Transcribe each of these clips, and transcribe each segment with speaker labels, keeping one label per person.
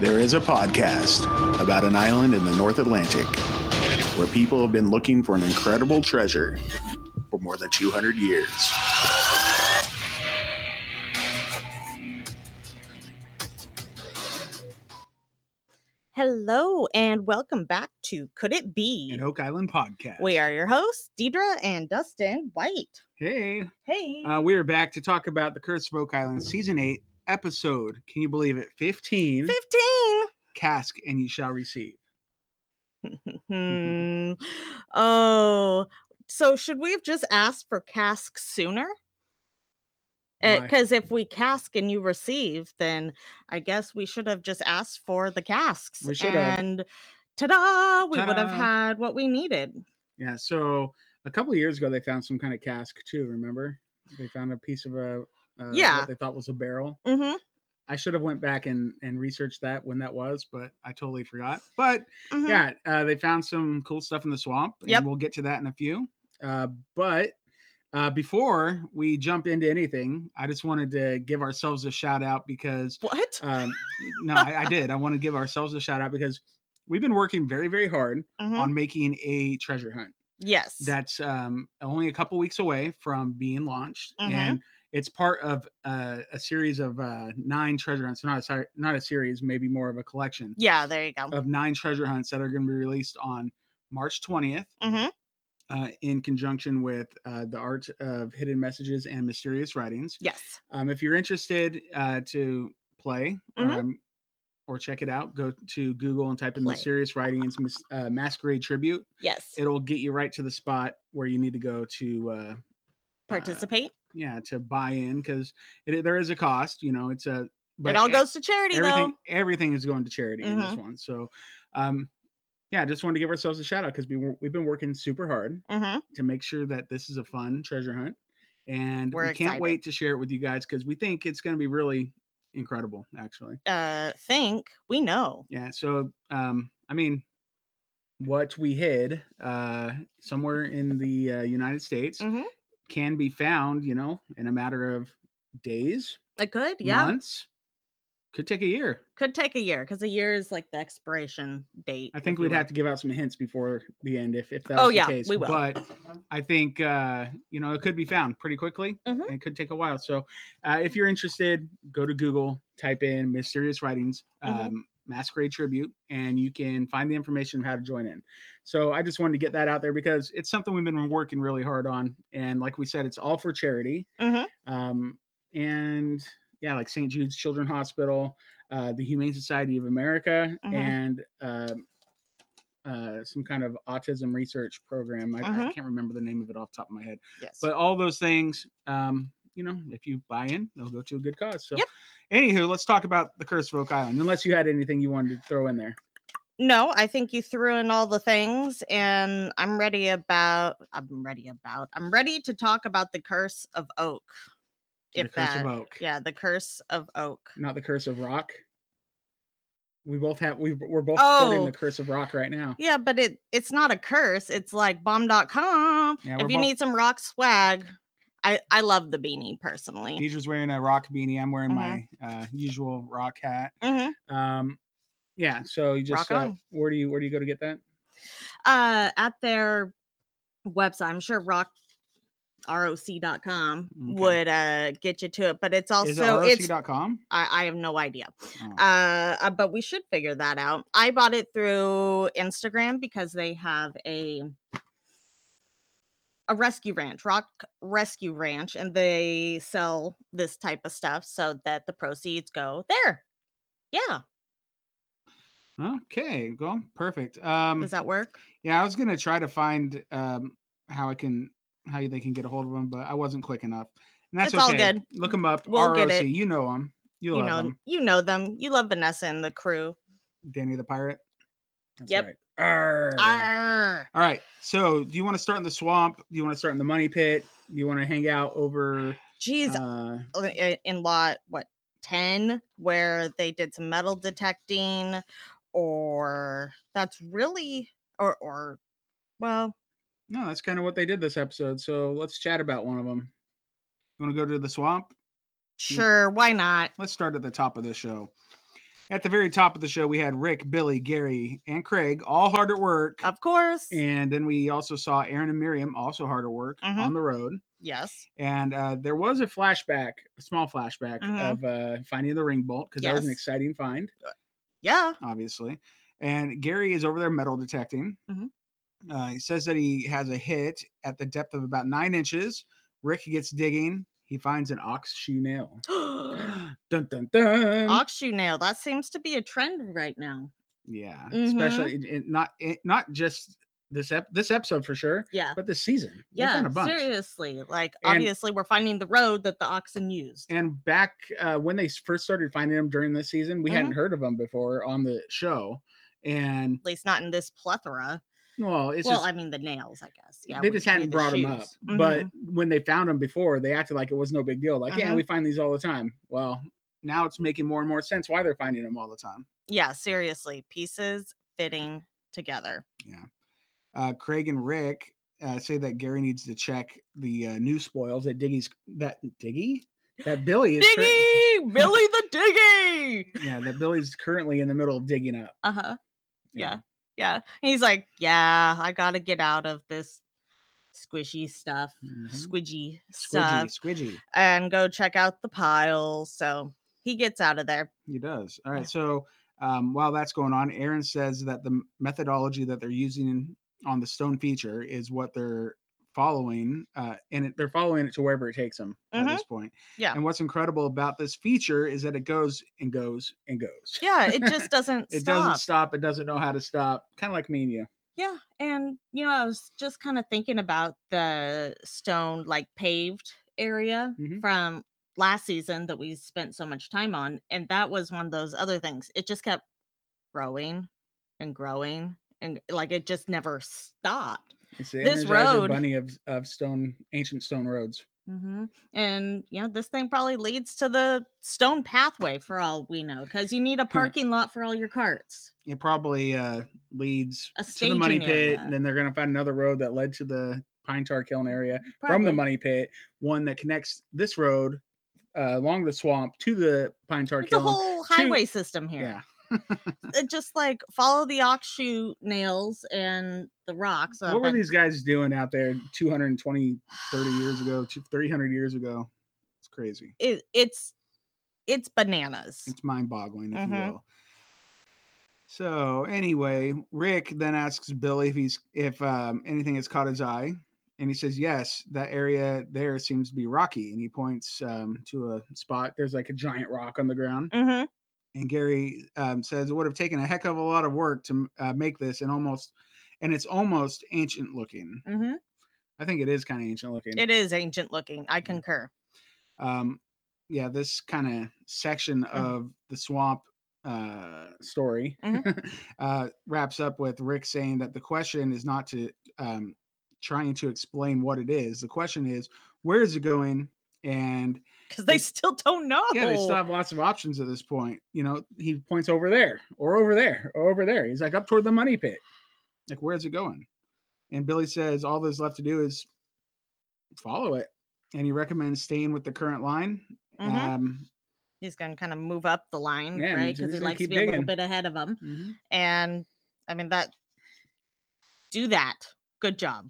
Speaker 1: There is a podcast about an island in the North Atlantic where people have been looking for an incredible treasure for more than 200 years.
Speaker 2: Hello and welcome back to Could It Be?
Speaker 3: an Oak Island podcast.
Speaker 2: We are your hosts, Deidre and Dustin White.
Speaker 3: Hey,
Speaker 2: Hey.
Speaker 3: uh, we are back to talk about the Curse of Oak Island, season eight, episode. Can you believe it? Fifteen.
Speaker 2: 15.
Speaker 3: Cask and you shall receive.
Speaker 2: Hmm. oh, so should we have just asked for cask sooner?
Speaker 3: Why?
Speaker 2: Because if we cask and you receive, then I guess we should have just asked for the casks.
Speaker 3: We should have.
Speaker 2: And ta da, we would have
Speaker 3: Ta-da.
Speaker 2: had what we needed.
Speaker 3: Yeah. So a couple of years ago, they found some kind of cask too. Remember? They found a piece of a. Uh,
Speaker 2: Yeah.
Speaker 3: What they thought was a barrel.
Speaker 2: Mm-hmm.
Speaker 3: I should have went back and and researched that when that was, but I totally forgot. But yeah, uh, they found some cool stuff in the swamp. And
Speaker 2: Yep.
Speaker 3: We'll get to that in a few. Uh, but uh, before we jump into anything, I just wanted to give ourselves a shout out because,
Speaker 2: mm-hmm. What?
Speaker 3: um, no, I, I did. I want to give ourselves a shout out because we've been working very, very hard
Speaker 2: Mhm.
Speaker 3: Uh, on making a treasure hunt
Speaker 2: Yes.
Speaker 3: that's um, only a couple weeks away from being launched,
Speaker 2: Mhm.
Speaker 3: and it's part of uh, a series of uh, nine treasure hunts. Not a si- not a series, maybe more of a collection
Speaker 2: yeah, there you go.
Speaker 3: of nine treasure hunts that are going to be released on March 20th
Speaker 2: hmm
Speaker 3: uh, in conjunction with uh, the Art of Hidden Messages and Mysterious Writings.
Speaker 2: Yes.
Speaker 3: Um, if you're interested uh, to play
Speaker 2: Mhm.
Speaker 3: um, or check it out, go to Google and type in
Speaker 2: Play.
Speaker 3: Mysterious Writings Mas- uh, Masquerade Tribute.
Speaker 2: Yes.
Speaker 3: It'll get you right to the spot where you need to go to. Uh,
Speaker 2: Participate.
Speaker 3: yeah to buy in because there is a cost you know it's a
Speaker 2: it all
Speaker 3: e-
Speaker 2: goes to charity,
Speaker 3: everything everything is going to charity in this
Speaker 2: Mhm.
Speaker 3: one so um yeah just wanted to give ourselves a shout out because we, wor- we've been working super hard
Speaker 2: though. hmm
Speaker 3: to make sure that this is a fun treasure hunt and
Speaker 2: We're
Speaker 3: we can't
Speaker 2: excited.
Speaker 3: wait to share it with you guys because we think it's going to be really incredible actually
Speaker 2: Uh, think we know.
Speaker 3: yeah so um i mean what we hid uh somewhere in the uh, united states
Speaker 2: Mhm.
Speaker 3: can be found you know in a matter of days
Speaker 2: It could, yeah.
Speaker 3: months could take a year
Speaker 2: Could take a year because a year is like the expiration date.
Speaker 3: i think we'd have to give out some hints before the end if, if that
Speaker 2: Oh,
Speaker 3: was
Speaker 2: yeah,
Speaker 3: the case
Speaker 2: we will.
Speaker 3: but i think uh you know it could be found pretty quickly
Speaker 2: Mhm.
Speaker 3: and it could take a while so uh, if you're interested go to google type in mysterious writings
Speaker 2: Mhm.
Speaker 3: um, masquerade tribute and you can find the information of how to join in so i just wanted to get that out there because it's something we've been working really hard on and like we said it's all for charity
Speaker 2: Mhm.
Speaker 3: um, and yeah, like St. Jude's Children's Hospital, uh, the Humane Society of America,
Speaker 2: Mhm.
Speaker 3: and um uh, some kind of autism research program. I, I
Speaker 2: Mhm.
Speaker 3: can't remember the name of it off the top of my head,
Speaker 2: Yes.
Speaker 3: but all those things, um, you know, if you buy in, they'll go to a good cause. So,
Speaker 2: Yep.
Speaker 3: anywho, let's talk about the Curse of Oak Island. Unless you had anything you wanted to throw in there,
Speaker 2: no, I think you threw in all the things, and I'm ready about. I'm ready about. I'm ready to talk about the curse of oak.
Speaker 3: the
Speaker 2: If
Speaker 3: Curse
Speaker 2: that,
Speaker 3: of Oak,
Speaker 2: yeah, the curse of oak.
Speaker 3: not the Curse of Rock. We both have we we're both quoting
Speaker 2: Oh.
Speaker 3: the Curse of Rock right now.
Speaker 2: Yeah, but it it's not a curse. It's like bomb.com.
Speaker 3: Yeah, we're
Speaker 2: if you
Speaker 3: both-
Speaker 2: need some rock swag, I I love the beanie personally.
Speaker 3: Deidre's wearing a rock beanie. I'm wearing
Speaker 2: Mhm.
Speaker 3: my uh, usual rock hat.
Speaker 2: Mhm.
Speaker 3: Um, yeah. So you
Speaker 2: Rock
Speaker 3: just uh,
Speaker 2: on.
Speaker 3: where do you where do you go to get that?
Speaker 2: Uh, at their website, I'm sure rock roc.com
Speaker 3: Okay.
Speaker 2: would uh get you to it, but it's
Speaker 3: Is
Speaker 2: also
Speaker 3: it
Speaker 2: it's
Speaker 3: roc.com?
Speaker 2: I, I have no idea.
Speaker 3: Oh,
Speaker 2: Uh, uh, but we should figure that out. I bought it through Instagram because they have a a rescue ranch, rock rescue ranch, and they sell this type of stuff so that the proceeds go there. Yeah,
Speaker 3: okay. Well, perfect. Um,
Speaker 2: does that work?
Speaker 3: yeah, I was gonna try to find um how I can how they can get a hold of them, but I wasn't quick enough. And that's
Speaker 2: It's all
Speaker 3: okay.
Speaker 2: good.
Speaker 3: Look them up.
Speaker 2: We'll
Speaker 3: ROC.
Speaker 2: get it.
Speaker 3: You know them. You,
Speaker 2: You
Speaker 3: love
Speaker 2: know,
Speaker 3: them.
Speaker 2: you know them. You love Vanessa and the crew.
Speaker 3: Danny the pirate. That's
Speaker 2: Yep.
Speaker 3: right. Arr.
Speaker 2: Arr.
Speaker 3: All right. So, do you want to start in the swamp? Do you want to start in the money pit? Do you want to hang out over?
Speaker 2: Jeez,
Speaker 3: Uh,
Speaker 2: uh, i- in lot what 10 where they did some metal detecting or that's really or or
Speaker 3: Mm.
Speaker 2: well
Speaker 3: No, that's kind of what they did this episode. So let's chat about one of them. You want to go to the swamp?
Speaker 2: sure why not
Speaker 3: Let's start at the top of the show. At the very top of the show, we had Rick, Billy, Gary, and Craig all hard at work.
Speaker 2: Of course.
Speaker 3: And then we also saw Aaron and Miriam also hard at work
Speaker 2: Mhm.
Speaker 3: on the road.
Speaker 2: yes.
Speaker 3: And uh, there was a flashback, a small flashback
Speaker 2: Mhm.
Speaker 3: of uh, finding the ring bolt because that was an
Speaker 2: Yes.
Speaker 3: exciting find.
Speaker 2: Yeah.
Speaker 3: obviously. And Gary is over there metal detecting.
Speaker 2: Mhm.
Speaker 3: Uh, he says that he has a hit at the depth of about nine inches. Rick gets digging. He finds an ox shoe nail. dun dun dun.
Speaker 2: Oxshoe nail. That seems to be a trend right now.
Speaker 3: yeah,
Speaker 2: Mhm.
Speaker 3: especially in, in- not in, not just this ep- this episode for sure,
Speaker 2: Yeah.
Speaker 3: but this season. They've
Speaker 2: Yeah.
Speaker 3: done a bunch.
Speaker 2: Seriously. Like
Speaker 3: And-
Speaker 2: obviously we're finding the road that the oxen used.
Speaker 3: And back uh, when they s- first started finding them during this season, we
Speaker 2: Mm-hmm.
Speaker 3: hadn't heard of them before on the show. And
Speaker 2: At least not in this plethora.
Speaker 3: well, it's
Speaker 2: well,
Speaker 3: just
Speaker 2: I mean the nails, I guess. Yeah.
Speaker 3: they
Speaker 2: would
Speaker 3: just
Speaker 2: be
Speaker 3: hadn't
Speaker 2: the
Speaker 3: brought them up.
Speaker 2: shoes. Mhm.
Speaker 3: But when they found them before, they acted like it was no big deal. Like, yeah,
Speaker 2: Mhm.
Speaker 3: we find these all the time. Well, now it's making more and more sense why they're finding them all the time.
Speaker 2: yeah, seriously, pieces fitting together.
Speaker 3: Uh, Craig and Rick uh, say that Gary needs to check the uh, new spoils that Diggy's that Diggy that Billy is cur-
Speaker 2: Diggy, Billy the Diggy.
Speaker 3: yeah that Billy's currently in the middle of digging up.
Speaker 2: Uh huh.
Speaker 3: you know.
Speaker 2: Yeah. Yeah. And he's like, yeah, I gotta get out of this squishy stuff,
Speaker 3: Mhm.
Speaker 2: squidgy
Speaker 3: Squidgy,
Speaker 2: stuff,
Speaker 3: squidgy.
Speaker 2: and go check out the piles. So he gets out of there.
Speaker 3: He does. All
Speaker 2: Yeah.
Speaker 3: right. So um, while that's going on, Aaron says that the m- methodology that they're using on the stone feature is what they're following, uh, and it, they're following it to wherever it takes them
Speaker 2: Mhm.
Speaker 3: at this point.
Speaker 2: Yeah.
Speaker 3: And what's incredible about this feature is that it goes and goes and goes.
Speaker 2: Yeah, it just doesn't
Speaker 3: It
Speaker 2: stop.
Speaker 3: doesn't stop. It doesn't know how to stop. Kind of like me and you.
Speaker 2: Yeah. And you know, I was just kind of thinking about the stone like paved area
Speaker 3: Mhm.
Speaker 2: from last season that we spent so much time on. And that was one of those other things. It just kept growing and growing and like it just never stopped.
Speaker 3: It's the
Speaker 2: This
Speaker 3: Energizer
Speaker 2: road-
Speaker 3: bunny of, of stone, ancient stone roads.
Speaker 2: hmm And you know, this thing probably leads to the stone pathway for all we know, because you need a parking lot for all your carts.
Speaker 3: It probably uh, leads
Speaker 2: A
Speaker 3: to the money
Speaker 2: staging
Speaker 3: pit,
Speaker 2: area.
Speaker 3: and then they're gonna find another road that led to the pine tar kiln area, from the
Speaker 2: Probably.
Speaker 3: money pit, one that connects this road uh, along the swamp to the pine tar
Speaker 2: It's a
Speaker 3: kiln.
Speaker 2: whole
Speaker 3: to-
Speaker 2: highway system here.
Speaker 3: yeah,
Speaker 2: it uh, just like follow the ox shoe nails and the rocks. uh,
Speaker 3: what were
Speaker 2: but-
Speaker 3: these guys doing out there 220, 30 years ago, two- 300 years ago? It's crazy.
Speaker 2: It, it's it's bananas.
Speaker 3: It's mind boggling, if
Speaker 2: Mhm.
Speaker 3: you will. So anyway, Rick then asks Billy if he's if um, anything has caught his eye, and he says yes. That area there seems to be rocky, and he points um, to a spot. There's like a giant rock on the ground.
Speaker 2: Mm-hmm.
Speaker 3: and Gary um, says it would have taken a heck of a lot of work to m- uh, make this and almost and it's almost ancient looking.
Speaker 2: Mm-hmm.
Speaker 3: I think it is kind of ancient looking.
Speaker 2: It is ancient looking. I concur.
Speaker 3: um, yeah, this kind of section of the swamp uh, story uh, wraps up with Rick saying that the question is not to um, trying to explain what it is. The question is where is it going and
Speaker 2: Because they
Speaker 3: They-
Speaker 2: still don't know.
Speaker 3: Yeah, they still have lots of options at this point. You know, he points over there or over there or over there. He's like up toward the money pit. Like, where's it going? And Billy says all there's left to do is follow it. And he recommends staying with the current line.
Speaker 2: Mhm.
Speaker 3: Um,
Speaker 2: He's gonna kind of move up the line,
Speaker 3: Yeah, and
Speaker 2: right?
Speaker 3: he's
Speaker 2: Because
Speaker 3: just
Speaker 2: he
Speaker 3: gonna
Speaker 2: likes to
Speaker 3: keep
Speaker 2: be a little
Speaker 3: digging.
Speaker 2: bit ahead of them.
Speaker 3: mhm.
Speaker 2: And I mean that. Do that. Good job.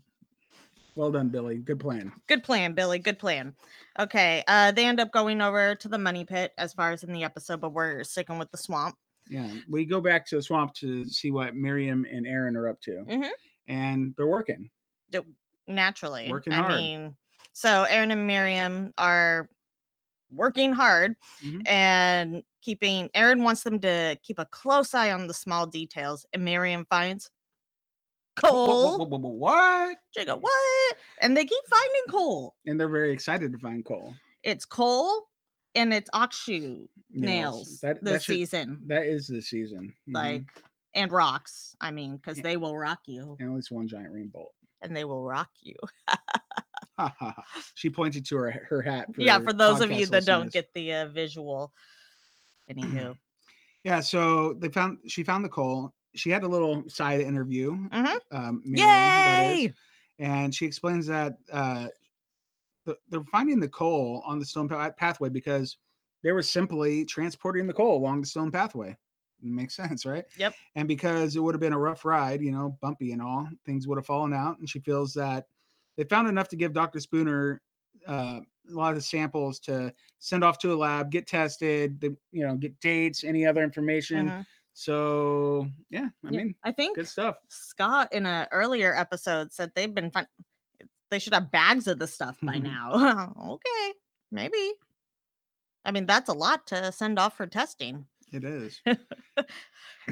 Speaker 3: Well done, Billy. Good plan.
Speaker 2: Good plan, Billy. Good plan. Okay. Uh, they end up going over to the money pit as far as in the episode, but we're sticking with the swamp.
Speaker 3: Yeah. We go back to the swamp to see what Miriam and Aaron are up to.
Speaker 2: Mhm.
Speaker 3: And they're working.
Speaker 2: naturally.
Speaker 3: Working
Speaker 2: I
Speaker 3: hard.
Speaker 2: mean, so Aaron and Miriam are working hard
Speaker 3: Mhm.
Speaker 2: and keeping Aaron wants them to keep a close eye on the small details and Miriam finds
Speaker 3: Wha- wha-
Speaker 2: coal.
Speaker 3: wha- wha- What?
Speaker 2: She go, what? And they keep finding coal.
Speaker 3: And they're very excited to find coal.
Speaker 2: It's coal and it's oxshoe nails
Speaker 3: That,
Speaker 2: this
Speaker 3: that, should-
Speaker 2: season.
Speaker 3: that is the season. Mhm.
Speaker 2: Like and rocks. I mean, because
Speaker 3: Yeah.
Speaker 2: they will rock you
Speaker 3: and at least one giant rain bolt.
Speaker 2: and they will rock you.
Speaker 3: Ha, ha, ha. she pointed to her her hat.
Speaker 2: yeah, for those of you
Speaker 3: podcast
Speaker 2: that don't
Speaker 3: listeners.
Speaker 2: get the uh, visual. Anywho.
Speaker 3: Yeah, so they found she found the coal. She had a little side interview.
Speaker 2: Mhm.
Speaker 3: Um, Miriam, that is,
Speaker 2: Yay!
Speaker 3: and she explains that uh, the, they're finding the coal on the stone pa- pathway because they were simply transporting the coal along the stone pathway. Makes sense, right?
Speaker 2: Yep.
Speaker 3: And because it would have been a rough ride, you know, bumpy and all, things would have fallen out. And she feels that they found enough to give Dr. Spooner uh, a lot of the samples to send off to a lab, get tested, the, you know, get dates, any other information.
Speaker 2: Mhm.
Speaker 3: So, yeah, I
Speaker 2: Yeah.
Speaker 3: mean,
Speaker 2: I think
Speaker 3: good stuff.
Speaker 2: Scott in an earlier episode said they've been fun. They should have bags of this stuff
Speaker 3: Mm-hmm.
Speaker 2: by now. okay, maybe. I mean, that's a lot to send off for testing.
Speaker 3: It is.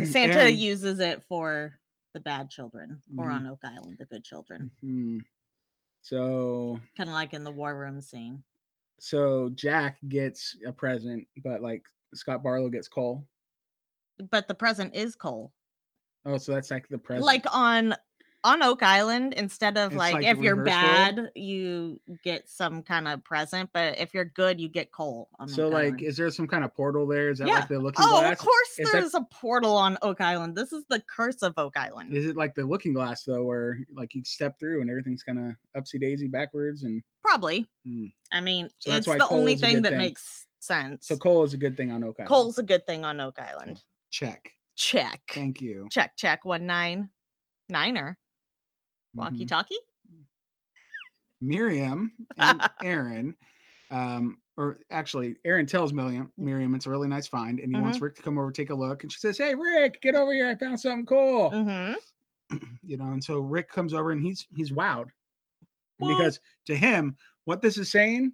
Speaker 2: Santa
Speaker 3: Aaron.
Speaker 2: uses it for the bad children, or
Speaker 3: Mhm.
Speaker 2: on Oak Island, the good children,
Speaker 3: Hmm. So,
Speaker 2: kind of like in the war room scene.
Speaker 3: so Jack gets a present, but like Scott Barlow gets coal.
Speaker 2: But the present is coal.
Speaker 3: Oh, so that's like the present.
Speaker 2: Like on on Oak Island, instead of
Speaker 3: It's
Speaker 2: like,
Speaker 3: like
Speaker 2: if you're
Speaker 3: reverse role?
Speaker 2: bad, you get some kind of present, but if you're good, you get coal. On
Speaker 3: so
Speaker 2: Oak
Speaker 3: like,
Speaker 2: Island.
Speaker 3: is there some kind of portal there? Is
Speaker 2: oh
Speaker 3: that
Speaker 2: Yeah.
Speaker 3: like the looking
Speaker 2: Oh,
Speaker 3: glass?
Speaker 2: of course
Speaker 3: Is that-
Speaker 2: there's a portal on Oak Island. This is the curse of Oak Island.
Speaker 3: Is it like the looking glass though, where like you step through and everything's kind of upsy daisy backwards? And
Speaker 2: Probably.
Speaker 3: Hmm.
Speaker 2: I mean,
Speaker 3: So that's
Speaker 2: it's
Speaker 3: why
Speaker 2: the only
Speaker 3: coal's a
Speaker 2: thing
Speaker 3: good
Speaker 2: that
Speaker 3: thing.
Speaker 2: makes sense.
Speaker 3: so coal is a good thing on Oak Island.
Speaker 2: Coal's a good thing on Oak Island.
Speaker 3: check.
Speaker 2: Check.
Speaker 3: Thank you.
Speaker 2: Check, check. One nine niner. Walkie
Speaker 3: Mhm.
Speaker 2: talkie.
Speaker 3: Miriam and Aaron. Um, or actually, Aaron tells Miriam, Miriam it's a really nice find, and he wants Rick to come over take a look. And she says, "Hey, Rick, get over here! I found something cool."
Speaker 2: Mm-hmm.
Speaker 3: you know and so rick comes over and he's he's wowed
Speaker 2: Well-
Speaker 3: because to him what this is saying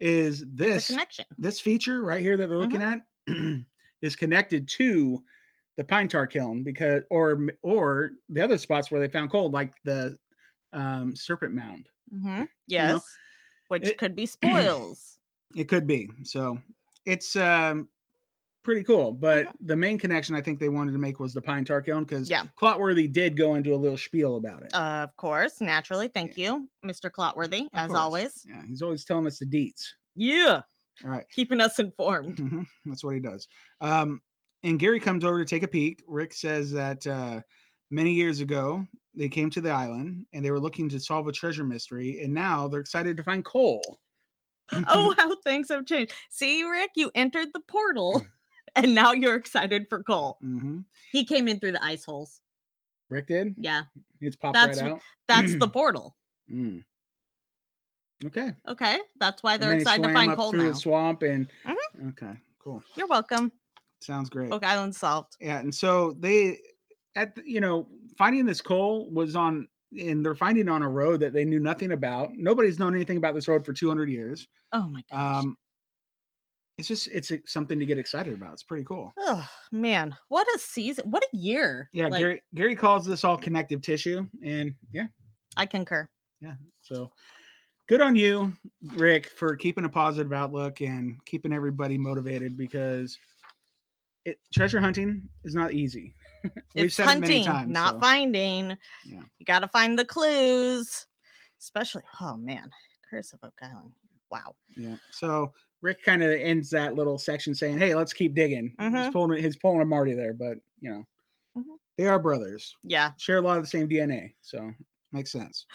Speaker 3: is
Speaker 2: The
Speaker 3: this
Speaker 2: connection.
Speaker 3: this feature right here that they're looking at is connected to the pine tar kiln because or m- or the other spots where they found coal like the um serpent mound
Speaker 2: Mm-hmm.
Speaker 3: know,
Speaker 2: Yes. Which
Speaker 3: it-
Speaker 2: could be spoils.
Speaker 3: it could be so it's um pretty cool but the main connection i think they wanted to make was the pine tar kiln because
Speaker 2: Yeah. Oh.
Speaker 3: clotworthy did go into a little spiel about it
Speaker 2: of course, naturally. Thank you, Mr. Clotworthy,
Speaker 3: Of
Speaker 2: as
Speaker 3: course.
Speaker 2: always.
Speaker 3: yeah he's always telling us the deets
Speaker 2: Yeah.
Speaker 3: all right
Speaker 2: Keeping us informed.
Speaker 3: hmm That's what he does. Um, and Gary comes over to take a peek. Rick says that uh, many years ago they came to the island and they were looking to solve a treasure mystery, and now they're excited to find coal.
Speaker 2: oh, how things have changed. See, Rick, you entered the portal
Speaker 3: Mm.
Speaker 2: and now you're excited for Cole.
Speaker 3: hmm
Speaker 2: He came in through the ice holes.
Speaker 3: Rick did.
Speaker 2: Yeah,
Speaker 3: It's popped
Speaker 2: That's
Speaker 3: right
Speaker 2: wh-
Speaker 3: out.
Speaker 2: that's the portal.
Speaker 3: Mm. Okay.
Speaker 2: Okay, that's why
Speaker 3: And
Speaker 2: they're
Speaker 3: then he
Speaker 2: excited to
Speaker 3: swam
Speaker 2: find
Speaker 3: up
Speaker 2: Cole
Speaker 3: through
Speaker 2: now.
Speaker 3: the swamp and.
Speaker 2: Mhm.
Speaker 3: Okay. Cool.
Speaker 2: You're welcome.
Speaker 3: Sounds great.
Speaker 2: Oak Island solved.
Speaker 3: Yeah, and so they at the- you know finding this coal was on and they're finding it on a road that they knew nothing about. Nobody's known anything about this road for 200 years.
Speaker 2: Oh my gosh.
Speaker 3: Um, it's just it's uh, something to get excited about. It's pretty cool.
Speaker 2: oh man, what a season! What a year!
Speaker 3: Yeah,
Speaker 2: Like,
Speaker 3: Gary Gary calls this all connective tissue, and yeah,
Speaker 2: I concur.
Speaker 3: so good on you, Rick, for keeping a positive outlook and keeping everybody motivated because it treasure hunting is not easy. We've
Speaker 2: It's
Speaker 3: said it
Speaker 2: hunting,
Speaker 3: many times.
Speaker 2: not
Speaker 3: so-
Speaker 2: finding.
Speaker 3: Yeah.
Speaker 2: You got to find the clues, especially. Oh man, Curse of Oak Island. Wow.
Speaker 3: Yeah. So Rick kind of ends that little section saying, "Hey, let's keep digging." He's
Speaker 2: Mhm.
Speaker 3: pulling he's pulling a Marty there, but you know,
Speaker 2: Mhm.
Speaker 3: they are brothers,
Speaker 2: Yeah.
Speaker 3: share a lot of the same DNA, so makes sense.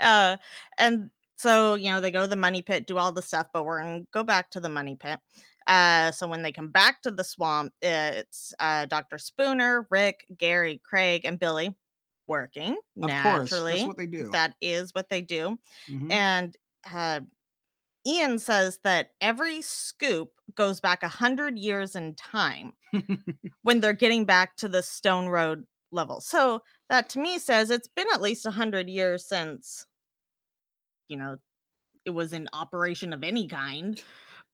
Speaker 2: uh, and so you know they go to the money pit, do all the stuff, but we're gonna go back to the money pit. Uh, so when they come back to the swamp, it's uh, Doctor Spooner, Rick, Gary, Craig, and Billy working
Speaker 3: Of
Speaker 2: naturally.
Speaker 3: course, that's what they do.
Speaker 2: That is what they do.
Speaker 3: Mhm.
Speaker 2: And uh, Ian says that every scoop goes back a hundred years in time when they're getting back to the Stone Road level. So that to me says it's been at least a hundred years since, you know, it was in operation of any kind.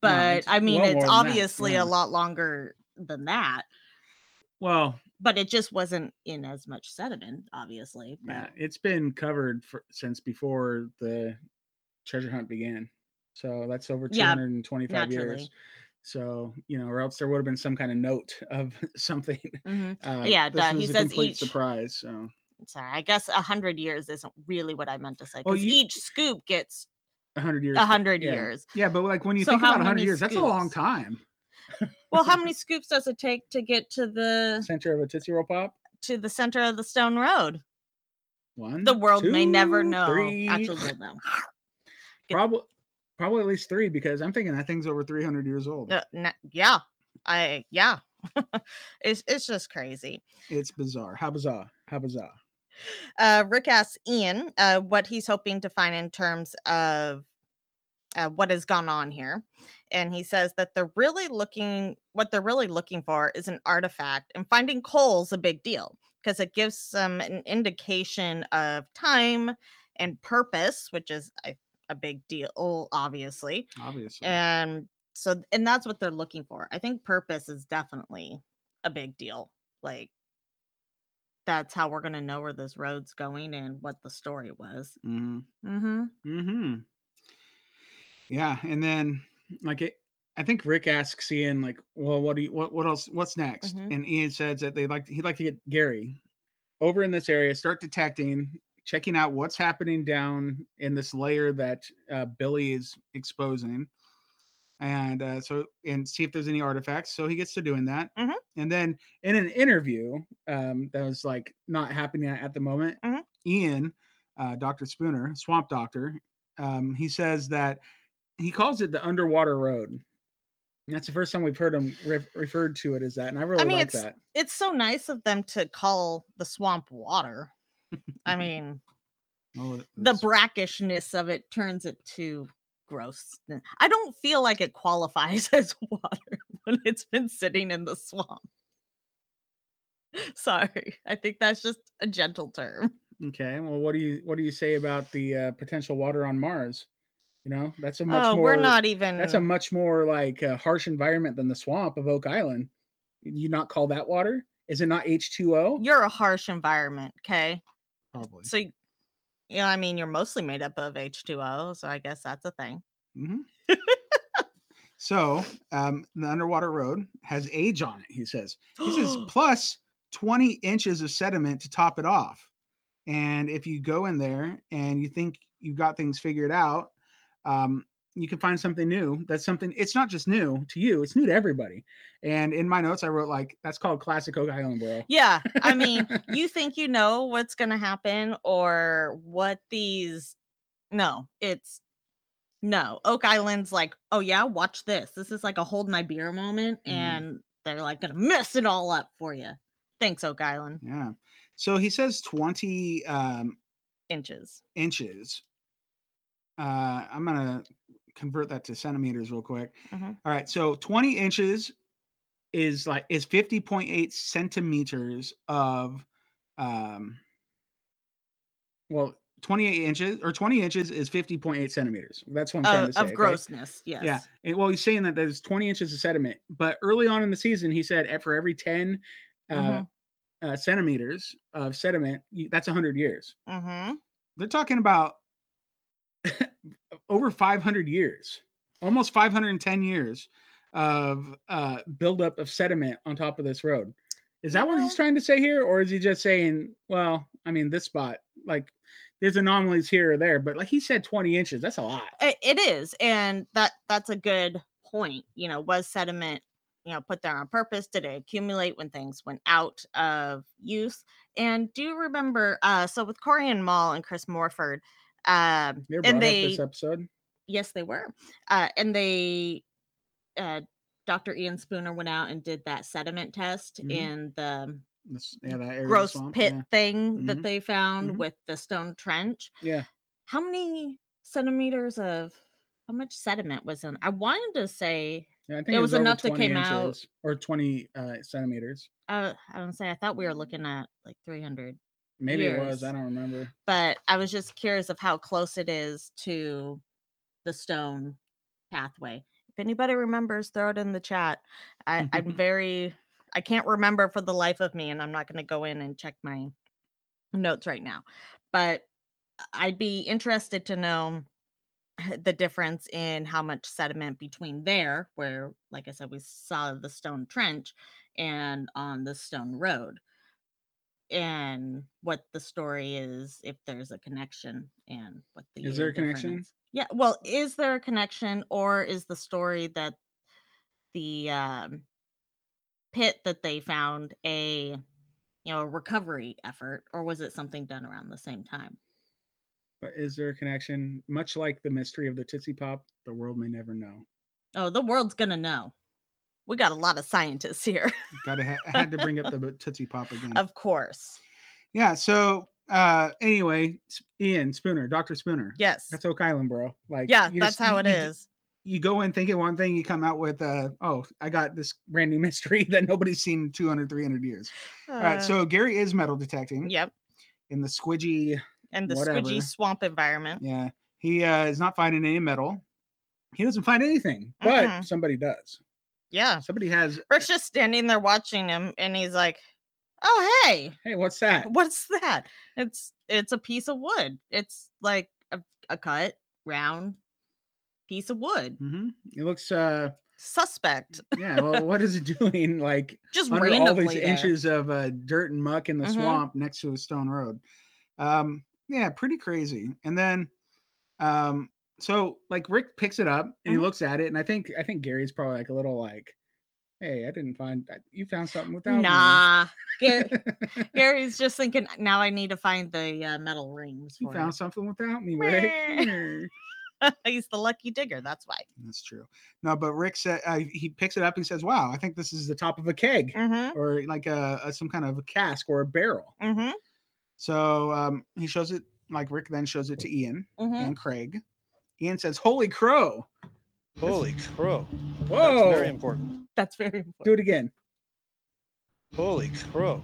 Speaker 2: But
Speaker 3: it's
Speaker 2: I mean,
Speaker 3: well more
Speaker 2: it's
Speaker 3: than that,
Speaker 2: obviously
Speaker 3: yeah.
Speaker 2: a lot longer than that.
Speaker 3: well,
Speaker 2: But it just wasn't in as much sediment, obviously. But
Speaker 3: yeah, it's been covered for, since before the treasure hunt began. So that's over
Speaker 2: Yeah,
Speaker 3: 225 years.
Speaker 2: naturally.
Speaker 3: So, you know, or else there would have been some kind of note of something.
Speaker 2: Mhm.
Speaker 3: Uh,
Speaker 2: Yeah,
Speaker 3: this
Speaker 2: duh, he
Speaker 3: was a
Speaker 2: says
Speaker 3: complete
Speaker 2: each-
Speaker 3: surprise. So,
Speaker 2: Sorry, I guess a hundred years isn't really what I meant to say.
Speaker 3: Oh,
Speaker 2: Because
Speaker 3: you-
Speaker 2: each scoop gets
Speaker 3: 100 years.
Speaker 2: a hundred
Speaker 3: yeah.
Speaker 2: years.
Speaker 3: Yeah, but like when you
Speaker 2: So
Speaker 3: think
Speaker 2: how
Speaker 3: about 100
Speaker 2: many
Speaker 3: years, that's a long
Speaker 2: scoops?
Speaker 3: time.
Speaker 2: Well, how many scoops does it take to get to the
Speaker 3: Center of a Tootsie Roll Pop?
Speaker 2: to the center of the stone road?
Speaker 3: One.
Speaker 2: The world may never
Speaker 3: two,
Speaker 2: know.
Speaker 3: Three,
Speaker 2: Actually, we'll know.
Speaker 3: probably, probably at least three because I'm thinking that thing's over 300 years old.
Speaker 2: Uh, na- yeah, I yeah. it's it's just crazy.
Speaker 3: It's bizarre. How bizarre. How bizarre.
Speaker 2: Uh, Rick asks Ian uh, what he's hoping to find in terms of uh, what has gone on here, and he says that they're really looking. What they're really looking for is an artifact, and finding coal's a big deal because it gives them an indication of time and purpose, which is a, a big deal, obviously.
Speaker 3: Obviously.
Speaker 2: Eh. And so, and that's what they're looking for. I think purpose is definitely a big deal. Like, that's how we're going to know where this road's going and what the story was.
Speaker 3: hmm
Speaker 2: Mm-hmm.
Speaker 3: hmm Yeah, and then like it, I think Rick asks Ian like, "Well, what do you what what else what's next?"
Speaker 2: Mhm.
Speaker 3: And Ian says that they like he'd like to get Gary over in this area, start detecting, checking out what's happening down in this layer that uh, Billy is exposing, and uh, so and see if there's any artifacts. So he gets to doing that,
Speaker 2: Mhm.
Speaker 3: and then in an interview um, that was like not happening at the moment,
Speaker 2: Mhm.
Speaker 3: Ian, uh, Doctor Spooner, Swamp Doctor, um, he says that he calls it the underwater road. And that's the first time we've heard him re- referred to it as that, and I really
Speaker 2: mean,
Speaker 3: like
Speaker 2: it's-
Speaker 3: that.
Speaker 2: It's so nice of them to call the swamp water. I mean,
Speaker 4: Oh,
Speaker 3: Well,
Speaker 2: the
Speaker 3: it's-
Speaker 2: brackishness of it turns it to gross. I don't feel like it qualifies as water when it's been sitting in the swamp. Sorry, I think that's just a gentle term.
Speaker 3: okay. Well, what do you what do you say about the uh, potential water on Mars? You know, that's a much
Speaker 2: Oh,
Speaker 3: more.
Speaker 2: we're not uh even.
Speaker 3: That's a much more like uh, harsh environment than the swamp of Oak Island. You not call that water? Is it not H two O?
Speaker 2: You're a harsh environment, okay?
Speaker 3: Probably.
Speaker 2: So, you know, I mean, you're mostly made up of H2O, so I guess that's a thing.
Speaker 3: hmm so um, the underwater road has age on it. He says. He says plus 20 inches of sediment to top it off. And if you go in there and you think you've got things figured out, um, you can find something new. That's something, it's not just new to you, it's new to everybody. And in my notes, I wrote like, that's called classic Oak Island, bro.
Speaker 2: Yeah, I mean, you think you know what's going to happen or what these no, it's no. Oak Island's like, "Oh yeah, watch this. This is like a hold my beer moment
Speaker 3: Mhm.
Speaker 2: and they're like going to mess it all up for you." Thanks Oak Island.
Speaker 3: Yeah. So he says 20 um,
Speaker 2: Inches.
Speaker 3: inches. Uh, I'm gonna convert that to centimeters real quick.
Speaker 2: Mhm.
Speaker 3: All right, so 20 inches is like is 50.8 centimeters of um well 28 inches or 20 inches is 50.8 centimeters. That's what I'm trying
Speaker 2: Of,
Speaker 3: to say.
Speaker 2: Uh, of
Speaker 3: okay?
Speaker 2: grossness. Yes.
Speaker 3: Yeah. And, well, he's saying that there's 20 inches of sediment, but early on in the season, he said "At- for every 10 uh,
Speaker 2: Mhm.
Speaker 3: uh, centimeters of sediment, you, that's 100 years
Speaker 2: Mhm.
Speaker 3: they're talking about over 500 years almost 510 years of uh buildup of sediment on top of this road is that what he's
Speaker 2: Yeah.
Speaker 3: trying to say here or is he just saying well i mean this spot like there's anomalies here or there but like he said 20 inches that's a lot
Speaker 2: I- it is and that that's a good point you know was sediment you know put there on purpose did it accumulate when things went out of use and do you remember uh so with corey and Maul and chris morford um
Speaker 3: they're brought
Speaker 2: and
Speaker 3: up
Speaker 2: they
Speaker 3: this episode
Speaker 2: yes they were uh and they uh dr ian spooner went out and did that sediment test
Speaker 3: Mhm.
Speaker 2: in the
Speaker 3: this, yeah, that area of the
Speaker 2: gross
Speaker 3: swamp,
Speaker 2: pit
Speaker 3: yeah.
Speaker 2: thing that
Speaker 3: Mhm.
Speaker 2: they found
Speaker 3: Mhm.
Speaker 2: with the stone trench
Speaker 3: yeah
Speaker 2: how many centimeters of how much sediment was in i wanted to say
Speaker 3: yeah, I think
Speaker 2: It was
Speaker 3: over
Speaker 2: enough that
Speaker 3: 20
Speaker 2: came out-
Speaker 3: inches or 20 uh centimeters
Speaker 2: uh, i don't say i thought
Speaker 3: Mm-hmm.
Speaker 2: we were looking at like 300
Speaker 3: maybe it was
Speaker 2: Years.
Speaker 3: i don't remember
Speaker 2: but i was just curious of how close it is to the stone pathway if anybody remembers throw it in the chat I, i'm very i can't remember for the life of me and i'm not going to go in and check my notes right now but i'd be interested to know the difference in how much sediment between there, where, like I said, we saw the stone trench, and on the stone road, and what the story is, if there's a connection, and what the
Speaker 3: Is
Speaker 2: year
Speaker 3: there a
Speaker 2: difference
Speaker 3: connection?
Speaker 2: is. Yeah. Well, is there a connection, or is the story that the um, pit that they found a you know a recovery effort, or was it something done around the same time?
Speaker 3: But is there a connection? Much like the mystery of the Tootsie Pop, the world may never know.
Speaker 2: Oh, the world's gonna know. we got a lot of scientists here,
Speaker 3: Gotta ha- I had to bring up the bo- Tootsie Pop again.
Speaker 2: of course.
Speaker 3: yeah. So uh anyway, S- Ian Spooner, Doctor Spooner.
Speaker 2: Yes.
Speaker 3: That's Oak Island, bro. Like
Speaker 2: Yeah,
Speaker 3: you
Speaker 2: that's
Speaker 3: just-
Speaker 2: how
Speaker 3: you-
Speaker 2: it
Speaker 3: you-
Speaker 2: is.
Speaker 3: You go in thinking one thing, you come out with uh oh, I got this brand new mystery that nobody's seen in 200, 300 years. All right.
Speaker 2: Uh,
Speaker 3: So Gary is metal detecting.
Speaker 2: yep.
Speaker 3: In the squidgy
Speaker 2: And the
Speaker 3: whatever.
Speaker 2: squidgy swamp environment.
Speaker 3: Yeah, he uh, is not finding any metal. He doesn't find anything, but
Speaker 2: Mhm.
Speaker 3: somebody does.
Speaker 2: Yeah.
Speaker 3: Somebody has.
Speaker 2: Rick's just standing there watching him and he's like, Oh hey,
Speaker 3: Hey, what's that?
Speaker 2: what's that? It's it's a piece of wood. It's like a, a cut, round piece of wood.
Speaker 3: hmm It looks. uh
Speaker 2: Suspect.
Speaker 3: Yeah. Well, what is it doing? Like
Speaker 2: Just
Speaker 3: Mm. under all
Speaker 2: randomly
Speaker 3: these
Speaker 2: there.
Speaker 3: inches of uh, dirt and muck in the
Speaker 2: Mhm.
Speaker 3: swamp next to a stone road. Um, yeah, pretty crazy. And then, um, so like Rick picks it up and he
Speaker 2: Mhm.
Speaker 3: looks at it, and I think I think Gary's probably like a little like, "Hey, I didn't find I- you found something without
Speaker 2: Nah.
Speaker 3: me."
Speaker 2: Gar- Gary's just thinking now I need to find the uh, metal rings.
Speaker 3: you
Speaker 2: for
Speaker 3: found
Speaker 2: it."
Speaker 3: something without me, Rick.
Speaker 2: Meh.
Speaker 3: Meh.
Speaker 2: He's the lucky digger. That's why.
Speaker 3: That's true. No, but Rick said uh, he picks it up and says, "Wow, I think this is the top of a keg
Speaker 2: Mm-hmm.
Speaker 3: or like a, a some kind of a cask or a barrel."
Speaker 2: Mm-hmm.
Speaker 3: So um, he shows it. Like Rick then shows it to Ian
Speaker 2: Mm-hmm.
Speaker 3: and Craig. Ian says, "Holy crow!
Speaker 4: Holy crow.
Speaker 3: Whoa!
Speaker 4: That's very important.
Speaker 2: That's very important.
Speaker 3: Do it again."
Speaker 4: Holy crow.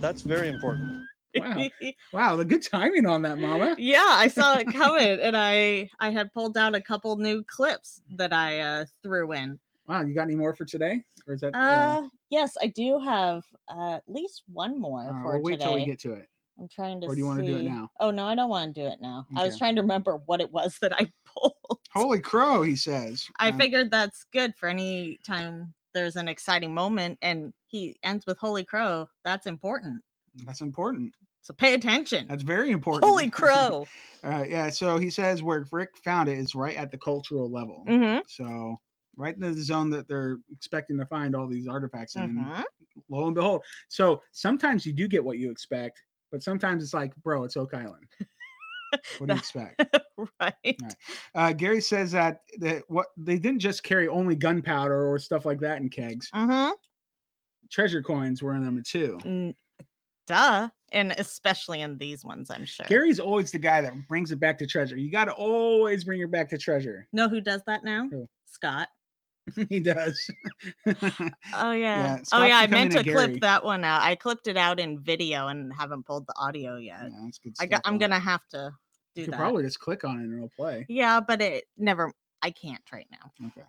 Speaker 4: That's very important.
Speaker 3: Wow. Wow, the good timing on that, Mama.
Speaker 2: yeah, I saw it coming, and I I had pulled down a couple new clips that I uh, threw in.
Speaker 3: Wow, you got any more for today, or is that?
Speaker 2: Uh, yes, I do have uh, at least one more
Speaker 3: uh,
Speaker 2: for
Speaker 3: we'll wait
Speaker 2: today.
Speaker 3: till we get to it.
Speaker 2: I'm trying to.
Speaker 3: or do you wanna
Speaker 2: see.
Speaker 3: do it now?
Speaker 2: Oh no, I don't want to do it now. I was
Speaker 3: Okay.
Speaker 2: trying to remember what it was that I pulled.
Speaker 3: Holy crow! He says.
Speaker 2: I
Speaker 3: Um,
Speaker 2: figured that's good for any time there's an exciting moment, and he ends with "Holy crow." That's important.
Speaker 3: that's important.
Speaker 2: So pay attention.
Speaker 3: That's very important.
Speaker 2: Holy crow.
Speaker 3: Uh, yeah, so he says where Rick found it is right at the cultural level.
Speaker 2: mm-hmm.
Speaker 3: So right in the zone that they're expecting to find all these artifacts in. and
Speaker 2: Mm-hmm.
Speaker 3: Lo and behold. So sometimes you do get what you expect, but sometimes it's like, bro, it's Oak Island. What do you
Speaker 2: That-
Speaker 3: expect?
Speaker 2: Mm-hmm. right.
Speaker 3: Uh, Gary says that that what they didn't just carry only gunpowder or stuff like that in kegs.
Speaker 2: Mm-hmm.
Speaker 3: Treasure coins were in them too.
Speaker 2: N- Duh. And especially in these ones, I'm sure.
Speaker 3: Gary's always the guy that brings it back to treasure. You got to always bring it back to treasure.
Speaker 2: know who does that now?
Speaker 3: Who?
Speaker 2: Scott.
Speaker 3: he does.
Speaker 2: Oh
Speaker 3: Yeah,
Speaker 2: yeah. oh
Speaker 3: Scott's
Speaker 2: yeah. I
Speaker 3: becoming
Speaker 2: meant
Speaker 3: a
Speaker 2: to
Speaker 3: Gary.
Speaker 2: clip that one out. I clipped it out in video and haven't pulled the audio yet.
Speaker 3: Yeah, that's good
Speaker 2: I got,
Speaker 3: stuff,
Speaker 2: I'm
Speaker 3: though.
Speaker 2: gonna have to do
Speaker 3: You could
Speaker 2: that.
Speaker 3: probably just click on it and it'll play.
Speaker 2: Yeah, but it never. I can't right now.
Speaker 3: Okay.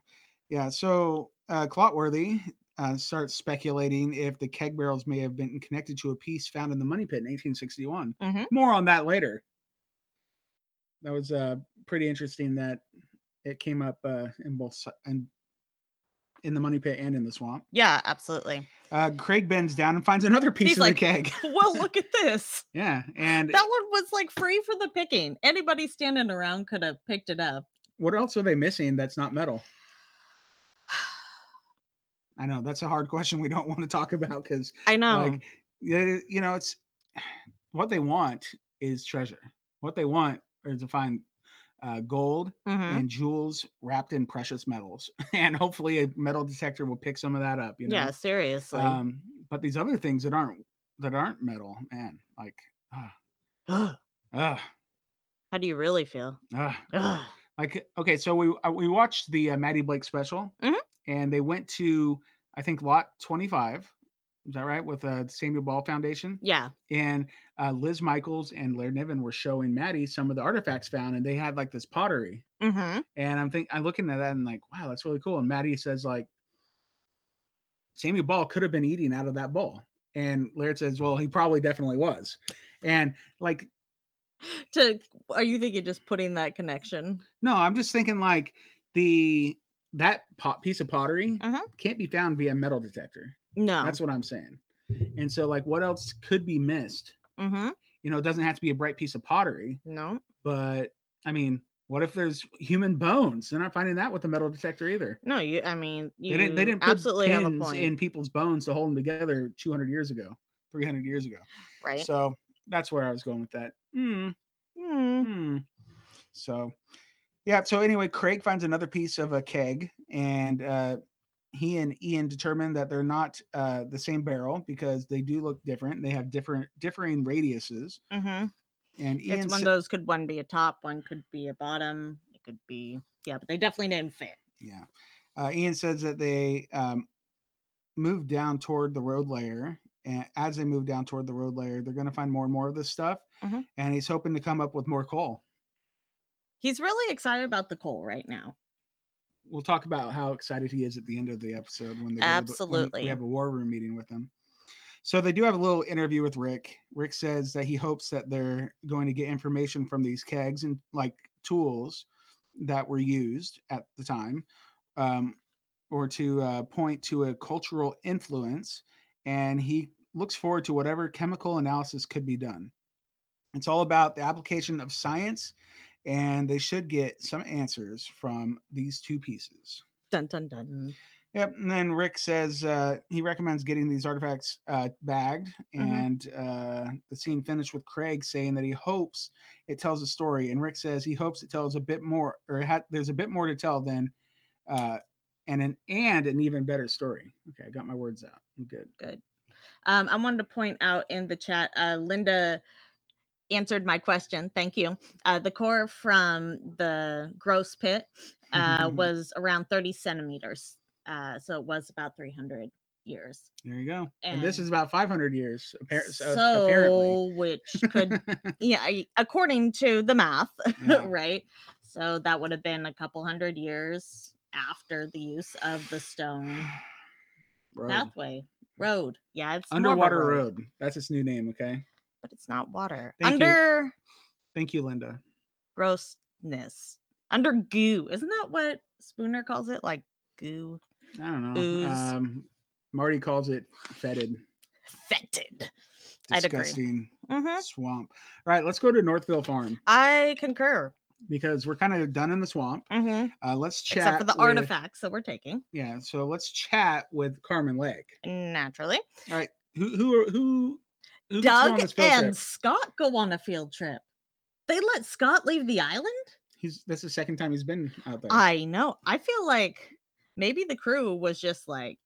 Speaker 3: Yeah. So uh, Clotworthy uh, starts speculating if the keg barrels may have been connected to a piece found in the money pit in 1861.
Speaker 2: Mhm.
Speaker 3: More on that later. That was uh, pretty interesting that it came up uh, in both si- in, in the money pit and in the swamp.
Speaker 2: Yeah, absolutely.
Speaker 3: Uh, Craig bends down and finds another piece
Speaker 2: He's
Speaker 3: of
Speaker 2: like-
Speaker 3: the keg.
Speaker 2: well, look at this.
Speaker 3: yeah, and
Speaker 2: That one was like free for the picking. Anybody standing around could have picked it up.
Speaker 3: what else are they missing that's not metal? I know that's a hard question we don't want to talk about because
Speaker 2: I know.
Speaker 3: Like, yeah, you know, it's what they want is treasure. What they want is to find uh, gold
Speaker 2: Mhm.
Speaker 3: and jewels wrapped in precious metals, and hopefully a metal detector will pick some of that up. You know,
Speaker 2: yeah, seriously.
Speaker 3: Um, but these other things that aren't that aren't metal, man, like, ah, ah,
Speaker 2: How do you really feel?
Speaker 3: ah.
Speaker 2: Ugh.
Speaker 3: like okay so we uh, we watched the uh, maddie blake special
Speaker 2: Mhm.
Speaker 3: and they went to i think lot 25 is that right with uh, the samuel ball foundation
Speaker 2: Yeah.
Speaker 3: and uh, Liz Michaels and Laird Niven were showing Maddie some of the artifacts found, and they had like this pottery.
Speaker 2: Mm-hmm.
Speaker 3: And I'm think I'm looking at that and like, wow, that's really cool. And Maddie says like, Sammy Ball could have been eating out of that bowl, and Laird says, well, he probably definitely was. And like,
Speaker 2: To are you thinking just putting that connection?
Speaker 3: no, I'm just thinking like the that pot piece of pottery
Speaker 2: Uh-huh.
Speaker 3: can't be found via metal detector.
Speaker 2: No.
Speaker 3: That's what I'm saying. And so like, what else could be missed?
Speaker 2: mm-hmm.
Speaker 3: You know, it doesn't have to be a bright piece of pottery.
Speaker 2: No.
Speaker 3: but I mean, what if there's human bones? They're not finding that with the metal detector either.
Speaker 2: No, you I mean you
Speaker 3: They didn't. They didn't put
Speaker 2: Mm, absolutely have a
Speaker 3: pins
Speaker 2: point.
Speaker 3: in people's bones to hold them together 200 years ago, 300 years ago.
Speaker 2: right.
Speaker 3: So that's where I was going with that. Mm,
Speaker 2: Mm.
Speaker 3: mm. So, yeah. So anyway, Craig finds another piece of a keg, and uh, he and Ian determined that they're not uh, the same barrel because they do look different. They have different differing radiuses.
Speaker 2: hmm
Speaker 3: And Ian
Speaker 2: It's one of
Speaker 3: sa-
Speaker 2: those could one be a top, one could be a bottom, it could be yeah, but they definitely didn't fit.
Speaker 3: Yeah. Uh, Ian says that they um, move down toward the road layer. And as they move down toward the road layer, they're going to find more and more of this stuff.
Speaker 2: Mhm.
Speaker 3: And he's hoping to come up with more coal.
Speaker 2: He's really excited about the coal right now.
Speaker 3: We'll talk about how excited he is at the end of the episode when, they go to the- when
Speaker 2: Absolutely.
Speaker 3: we have a war room meeting with him. So they do have a little interview with Rick. Rick says that he hopes that they're going to get information from these kegs and like tools that were used at the time, um, or to uh, point to a cultural influence. And he looks forward to whatever chemical analysis could be done. It's all about the application of science, and they should get some answers from these two pieces.
Speaker 2: Dun dun dun.
Speaker 3: Yep. And then Rick says uh, he recommends getting these artifacts uh, bagged,
Speaker 2: Mhm.
Speaker 3: and uh, the scene finished with Craig saying that he hopes it tells a story, and Rick says he hopes it tells a bit more, or it ha- there's a bit more to tell than, uh, and an and an even better story. Okay, I got my words out. I'm good.
Speaker 2: Um, I wanted to point out in the chat, uh, Linda answered my question. Thank you. Uh, the core from the gross pit uh,
Speaker 3: Mm-hmm.
Speaker 2: was around 30 centimeters. Uh, so it was about 300 years.
Speaker 3: There you go. And, this
Speaker 2: And-
Speaker 3: is about 500 years, appar- so,
Speaker 2: so,
Speaker 3: apparently.
Speaker 2: which could, yeah, I- according to the math,
Speaker 3: Yeah.
Speaker 2: right? So that would have been a couple hundred years after the use of the stone
Speaker 3: Road.
Speaker 2: pathway road. Yeah, it's more of a
Speaker 3: Underwater road. That's its new name. Okay.
Speaker 2: but it's not water.
Speaker 3: Thank you.
Speaker 2: Under
Speaker 3: Thank you, Linda.
Speaker 2: grossness. Under goo. Isn't that what Spooner calls it? Like goo.
Speaker 3: I don't know.
Speaker 2: Ooze.
Speaker 3: Um, Marty calls it fetid.
Speaker 2: Fetid. I'd agree.
Speaker 3: disgusting
Speaker 2: hmm
Speaker 3: swamp. All right, let's go to Northville Farm
Speaker 2: I concur.
Speaker 3: because we're kind of done in the swamp.
Speaker 2: hmm
Speaker 3: Uh, let's chat.
Speaker 2: Except for the
Speaker 3: with-
Speaker 2: artifacts that we're taking.
Speaker 3: Yeah, so let's chat with Carmen Lake.
Speaker 2: Naturally.
Speaker 3: Who who are- who? who gets to go on
Speaker 2: Doug
Speaker 3: this field
Speaker 2: and
Speaker 3: trip?
Speaker 2: Scott go on a field trip. They let Scott leave the island?
Speaker 3: He's that's the second time he's been out there.
Speaker 2: I know. I feel like maybe the crew was just like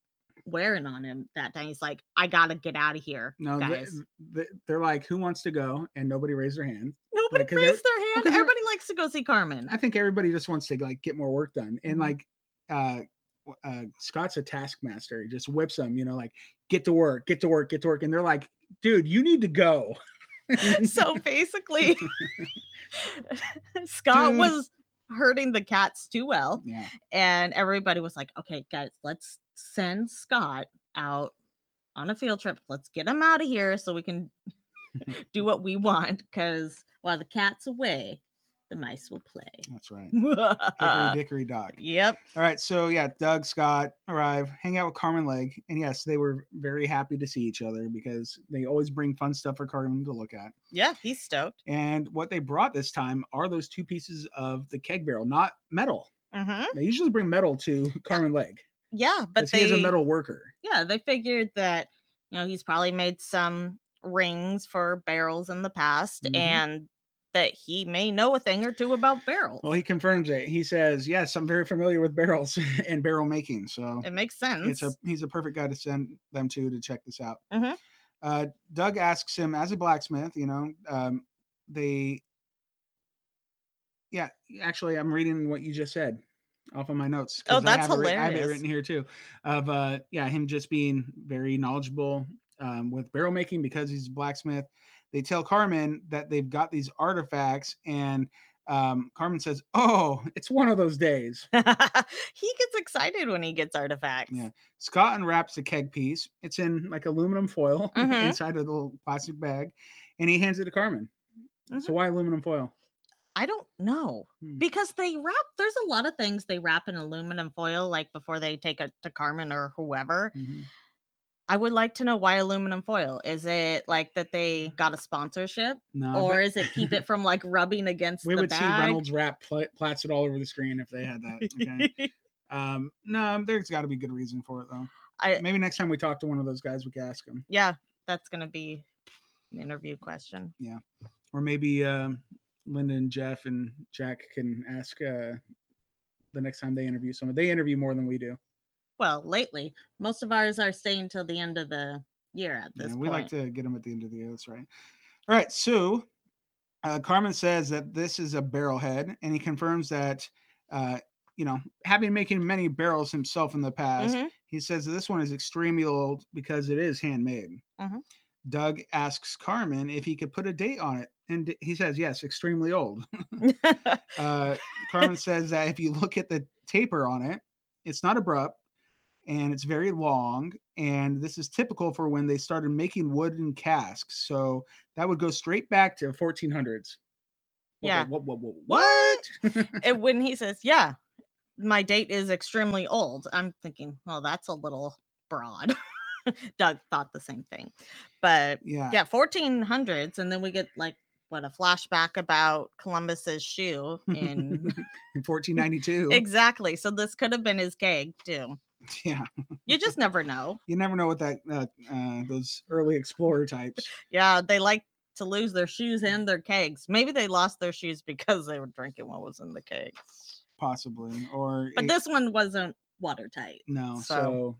Speaker 2: wearing on him that time. He's like, I gotta get out of here.
Speaker 3: no, they-
Speaker 2: guys.
Speaker 3: they, they're like, who wants to go? And nobody raised their hand.
Speaker 2: Nobody
Speaker 3: like, 'cause they're-
Speaker 2: raised their hand.
Speaker 3: because they're-
Speaker 2: Everybody likes to go see Carmen.
Speaker 3: I think everybody just wants to like get more work done. And
Speaker 2: Mhm.
Speaker 3: like uh w- uh Scott's a taskmaster. He just whips them, you know, like get to work, get to work, get to work. And they're like, dude, you need to go.
Speaker 2: so basically, Scott
Speaker 3: Dude.
Speaker 2: was hurting the cats too well,
Speaker 3: yeah.
Speaker 2: and everybody was like, "Okay, guys, let's send Scott out on a field trip. Let's get him out of here so we can do what we want." Because while the cat's away, the mice will
Speaker 3: That's right. Hickory
Speaker 2: play.
Speaker 3: dickory dock.
Speaker 2: yep.
Speaker 3: All right. So yeah, Doug, Scott arrive, hang out with Carmen Leg. And yes, they were very happy to see each other because they always bring fun stuff for Carmen to look at.
Speaker 2: Yeah, he's stoked.
Speaker 3: And what they brought this time are those two pieces of the keg barrel, not metal.
Speaker 2: hmm
Speaker 3: They usually bring metal to Carmen Leg.
Speaker 2: Yeah, but
Speaker 3: But
Speaker 2: they
Speaker 3: he is a metal worker.
Speaker 2: yeah, they figured that you know he's probably made some rings for barrels in the past
Speaker 3: Mhm.
Speaker 2: and that he may know a thing or two about barrels.
Speaker 3: Well, he confirms it. He says, "Yes, I'm very familiar with barrels and barrel making." So
Speaker 2: it makes sense.
Speaker 3: it's a he's a perfect guy to send them to to check this out.
Speaker 2: Mhm.
Speaker 3: Uh, Doug asks him as a blacksmith, you know, um, they. Yeah, actually, I'm reading what you just said off of my notes.
Speaker 2: Oh,
Speaker 3: 'cause I
Speaker 2: that's
Speaker 3: have it writ- I have it
Speaker 2: hilarious.
Speaker 3: written here too, of uh, yeah, him just being very knowledgeable um, with barrel making because he's a blacksmith. They tell Carmen that they've got these artifacts, and um, Carmen says, "Oh, it's one of those days."
Speaker 2: he gets excited when he gets artifacts.
Speaker 3: Yeah. Scott unwraps the keg piece. It's in like aluminum foil
Speaker 2: Mhm.
Speaker 3: inside a little plastic bag, and he hands it to Carmen.
Speaker 2: Mhm.
Speaker 3: So why aluminum foil?
Speaker 2: I don't know
Speaker 3: Hmm.
Speaker 2: because they wrap. There's a lot of things they wrap in aluminum foil, like before they take it to Carmen or whoever.
Speaker 3: Mm. Mm-hmm.
Speaker 2: I would like to know why aluminum foil. Is it like that they
Speaker 3: Mm.
Speaker 2: got a sponsorship,
Speaker 3: No, I
Speaker 2: or
Speaker 3: bet-
Speaker 2: is it keep it from like rubbing against
Speaker 3: Uh, we
Speaker 2: the
Speaker 3: would see
Speaker 2: bag?
Speaker 3: Reynolds wrap pla- plastered all over the screen if they had that. Okay? um, no, there's got to be good reason for it though.
Speaker 2: I-
Speaker 3: Maybe next time we talk to one of those guys, we can ask him,
Speaker 2: yeah, that's gonna be an interview question.
Speaker 3: or maybe um, Linda and Jeff and Jack can ask uh, the next time they interview someone. They interview more than we do.
Speaker 2: well, lately, most of ours are staying till the end of the year at
Speaker 3: Yeah,
Speaker 2: this
Speaker 3: we
Speaker 2: point.
Speaker 3: like to get them at the end of the year. That's right. All right. So uh, Carmen says that this is a barrel head, and he confirms that, uh, you know, having making many barrels himself in the past,
Speaker 2: Mhm.
Speaker 3: he says that this one is extremely old because it is handmade.
Speaker 2: Mhm.
Speaker 3: Doug asks Carmen if he could put a date on it, and d- he says yes, extremely old. Uh, Carmen says that if you look at the taper on it, it's not abrupt and it's very long. And this is typical for when they started making wooden casks. So that would go straight back to 1400s. Wha-
Speaker 2: Yeah.
Speaker 3: wha- wha- wha- wha-
Speaker 2: What?
Speaker 3: What?
Speaker 2: and when he says, "Yeah, my date is extremely old," I'm thinking, "Well, that's a little broad." Doug thought the same thing, but
Speaker 3: yeah.
Speaker 2: yeah, 1400s, and then we get like what a flashback about Columbus's shoe in
Speaker 3: In 1492.
Speaker 2: exactly. So this could have been his gag too.
Speaker 3: yeah.
Speaker 2: You just never know.
Speaker 3: You never know what that, uh, uh, those early explorer types.
Speaker 2: Yeah, they like to lose their shoes and their kegs. Maybe they lost their shoes because they were drinking what was in the keg.
Speaker 3: Possibly, or
Speaker 2: But
Speaker 3: it-
Speaker 2: this one wasn't watertight.
Speaker 3: No. So,
Speaker 2: So-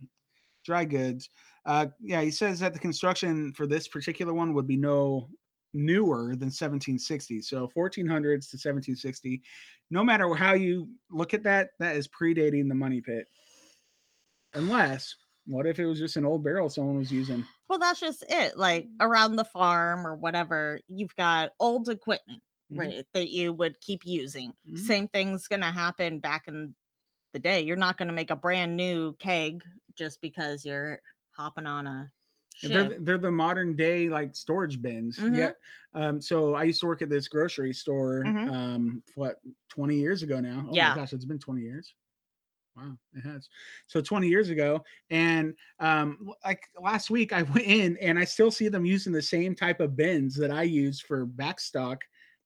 Speaker 3: dry goods. Uh, yeah, he says that the construction for this particular one would be no newer than 1760. So 1400s to 1760. No matter how you look at that, that is predating the money pit. Unless, what if it was just an old barrel someone was using?
Speaker 2: Well, that's just it. Like around the farm or whatever, you've got old equipment
Speaker 3: Mhm.
Speaker 2: right, that you would keep using.
Speaker 3: Mhm.
Speaker 2: Same thing's going to happen back in the day. You're not going to make a brand new keg just because you're hopping on a ship.
Speaker 3: They're, th- they're the modern day like storage bins.
Speaker 2: Mhm.
Speaker 3: Yeah. Um, so I used to work at this grocery store,
Speaker 2: Mhm.
Speaker 3: um, what, 20 years ago now? Oh
Speaker 2: Yeah.
Speaker 3: my gosh, it's been 20 years. Wow, it has. So 20 years ago. And um, l- like last week I went in and I still see them using the same type of bins that I used for backstock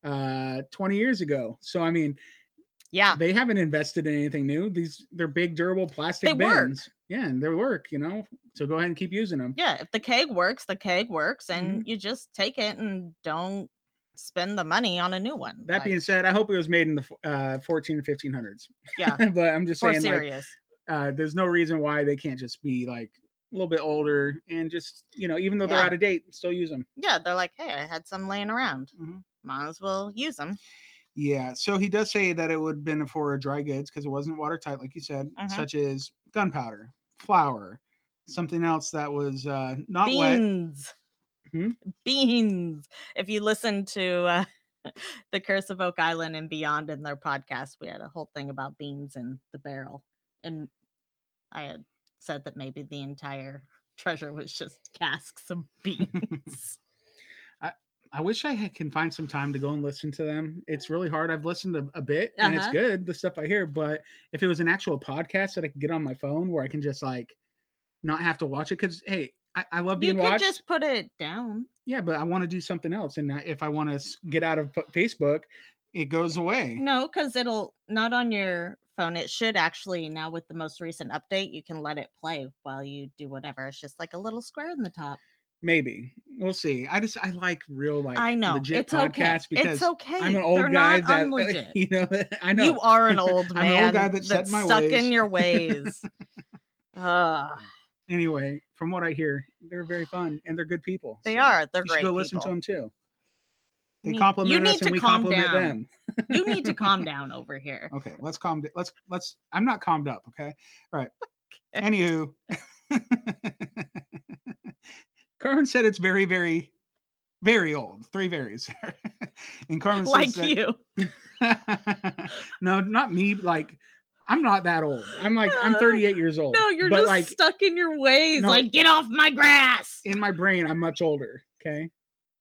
Speaker 3: uh 20 years ago. So I mean,
Speaker 2: yeah.
Speaker 3: they haven't invested in anything new. These they're big durable plastic
Speaker 2: They work.
Speaker 3: bins. Yeah, and they work, you know. So go ahead and keep using them.
Speaker 2: Yeah. If the keg works, the keg works,
Speaker 3: Mm-hmm.
Speaker 2: and you just take it and don't spend the money on a new one.
Speaker 3: That
Speaker 2: like,
Speaker 3: being said, I hope it was made in the f- uh, 14 and 1500s.
Speaker 2: Yeah.
Speaker 3: but I'm just
Speaker 2: for
Speaker 3: saying, like,
Speaker 2: serious.
Speaker 3: uh, there's no reason why they can't just be like a little bit older and just, you know, even though they're
Speaker 2: Yeah.
Speaker 3: out of date, still use them.
Speaker 2: yeah. They're like, hey, I had some laying around.
Speaker 3: Mhm.
Speaker 2: Might as well use them.
Speaker 3: Yeah. So he does say that it would have been for dry goods because it wasn't watertight, like you said,
Speaker 2: Mhm.
Speaker 3: such as gunpowder, flour, something else that was uh, not wet.
Speaker 2: beans
Speaker 3: Hmm?
Speaker 2: beans if you listen to uh, the curse of oak island and beyond in their podcast we had a whole thing about beans and the barrel and i had said that maybe the entire treasure was just casks of beans
Speaker 3: I wish I had- can find some time to go and listen to them. It's really hard. I've listened a, a bit and it's
Speaker 2: Uh-huh.
Speaker 3: good, the stuff I hear. But if it was an actual podcast that I could get on my phone where I can just like not have to watch it, because hey, I, I love
Speaker 2: you
Speaker 3: being
Speaker 2: could
Speaker 3: watched.
Speaker 2: just put it down
Speaker 3: Yeah, but I want to do something else. And I- if I want to get out of Fa- Facebook, it goes away.
Speaker 2: no because it'll not on your phone it should actually now with the most recent update you can let it play while you do whatever it's just like a little square in the top
Speaker 3: Maybe we'll see. I just I like real like
Speaker 2: I know
Speaker 3: legit
Speaker 2: it's okay.
Speaker 3: podcasts because
Speaker 2: it's okay.
Speaker 3: I'm an old
Speaker 2: They're
Speaker 3: guy
Speaker 2: not
Speaker 3: that
Speaker 2: unlegit.
Speaker 3: you know I know
Speaker 2: You are an old
Speaker 3: I'm
Speaker 2: man.
Speaker 3: an old guy that's
Speaker 2: that's
Speaker 3: set in my
Speaker 2: stuck
Speaker 3: ways.
Speaker 2: in your ways. Ugh,
Speaker 3: anyway. From what I hear, they're very fun and they're good people.
Speaker 2: they
Speaker 3: so
Speaker 2: are. They're
Speaker 3: you
Speaker 2: great.
Speaker 3: should go listen to
Speaker 2: people.
Speaker 3: them too. They
Speaker 2: Need- you
Speaker 3: compliment
Speaker 2: need
Speaker 3: us
Speaker 2: to
Speaker 3: and we
Speaker 2: calm
Speaker 3: compliment
Speaker 2: down.
Speaker 3: them.
Speaker 2: you need to calm down over here.
Speaker 3: Okay, let's calm. d- Let's let's. I'm not calmed up. Okay. All right. Anywho, Carmen said it's very, very, very old. Three varies. and Carmen
Speaker 2: Like
Speaker 3: says that-
Speaker 2: you.
Speaker 3: no, not me. Like I'm not that old. I'm like I'm 38 years old.
Speaker 2: Uh, No, you're
Speaker 3: but
Speaker 2: just
Speaker 3: like
Speaker 2: stuck in your ways.
Speaker 3: no.
Speaker 2: Like, get off my grass.
Speaker 3: in my brain, I'm much older. Okay.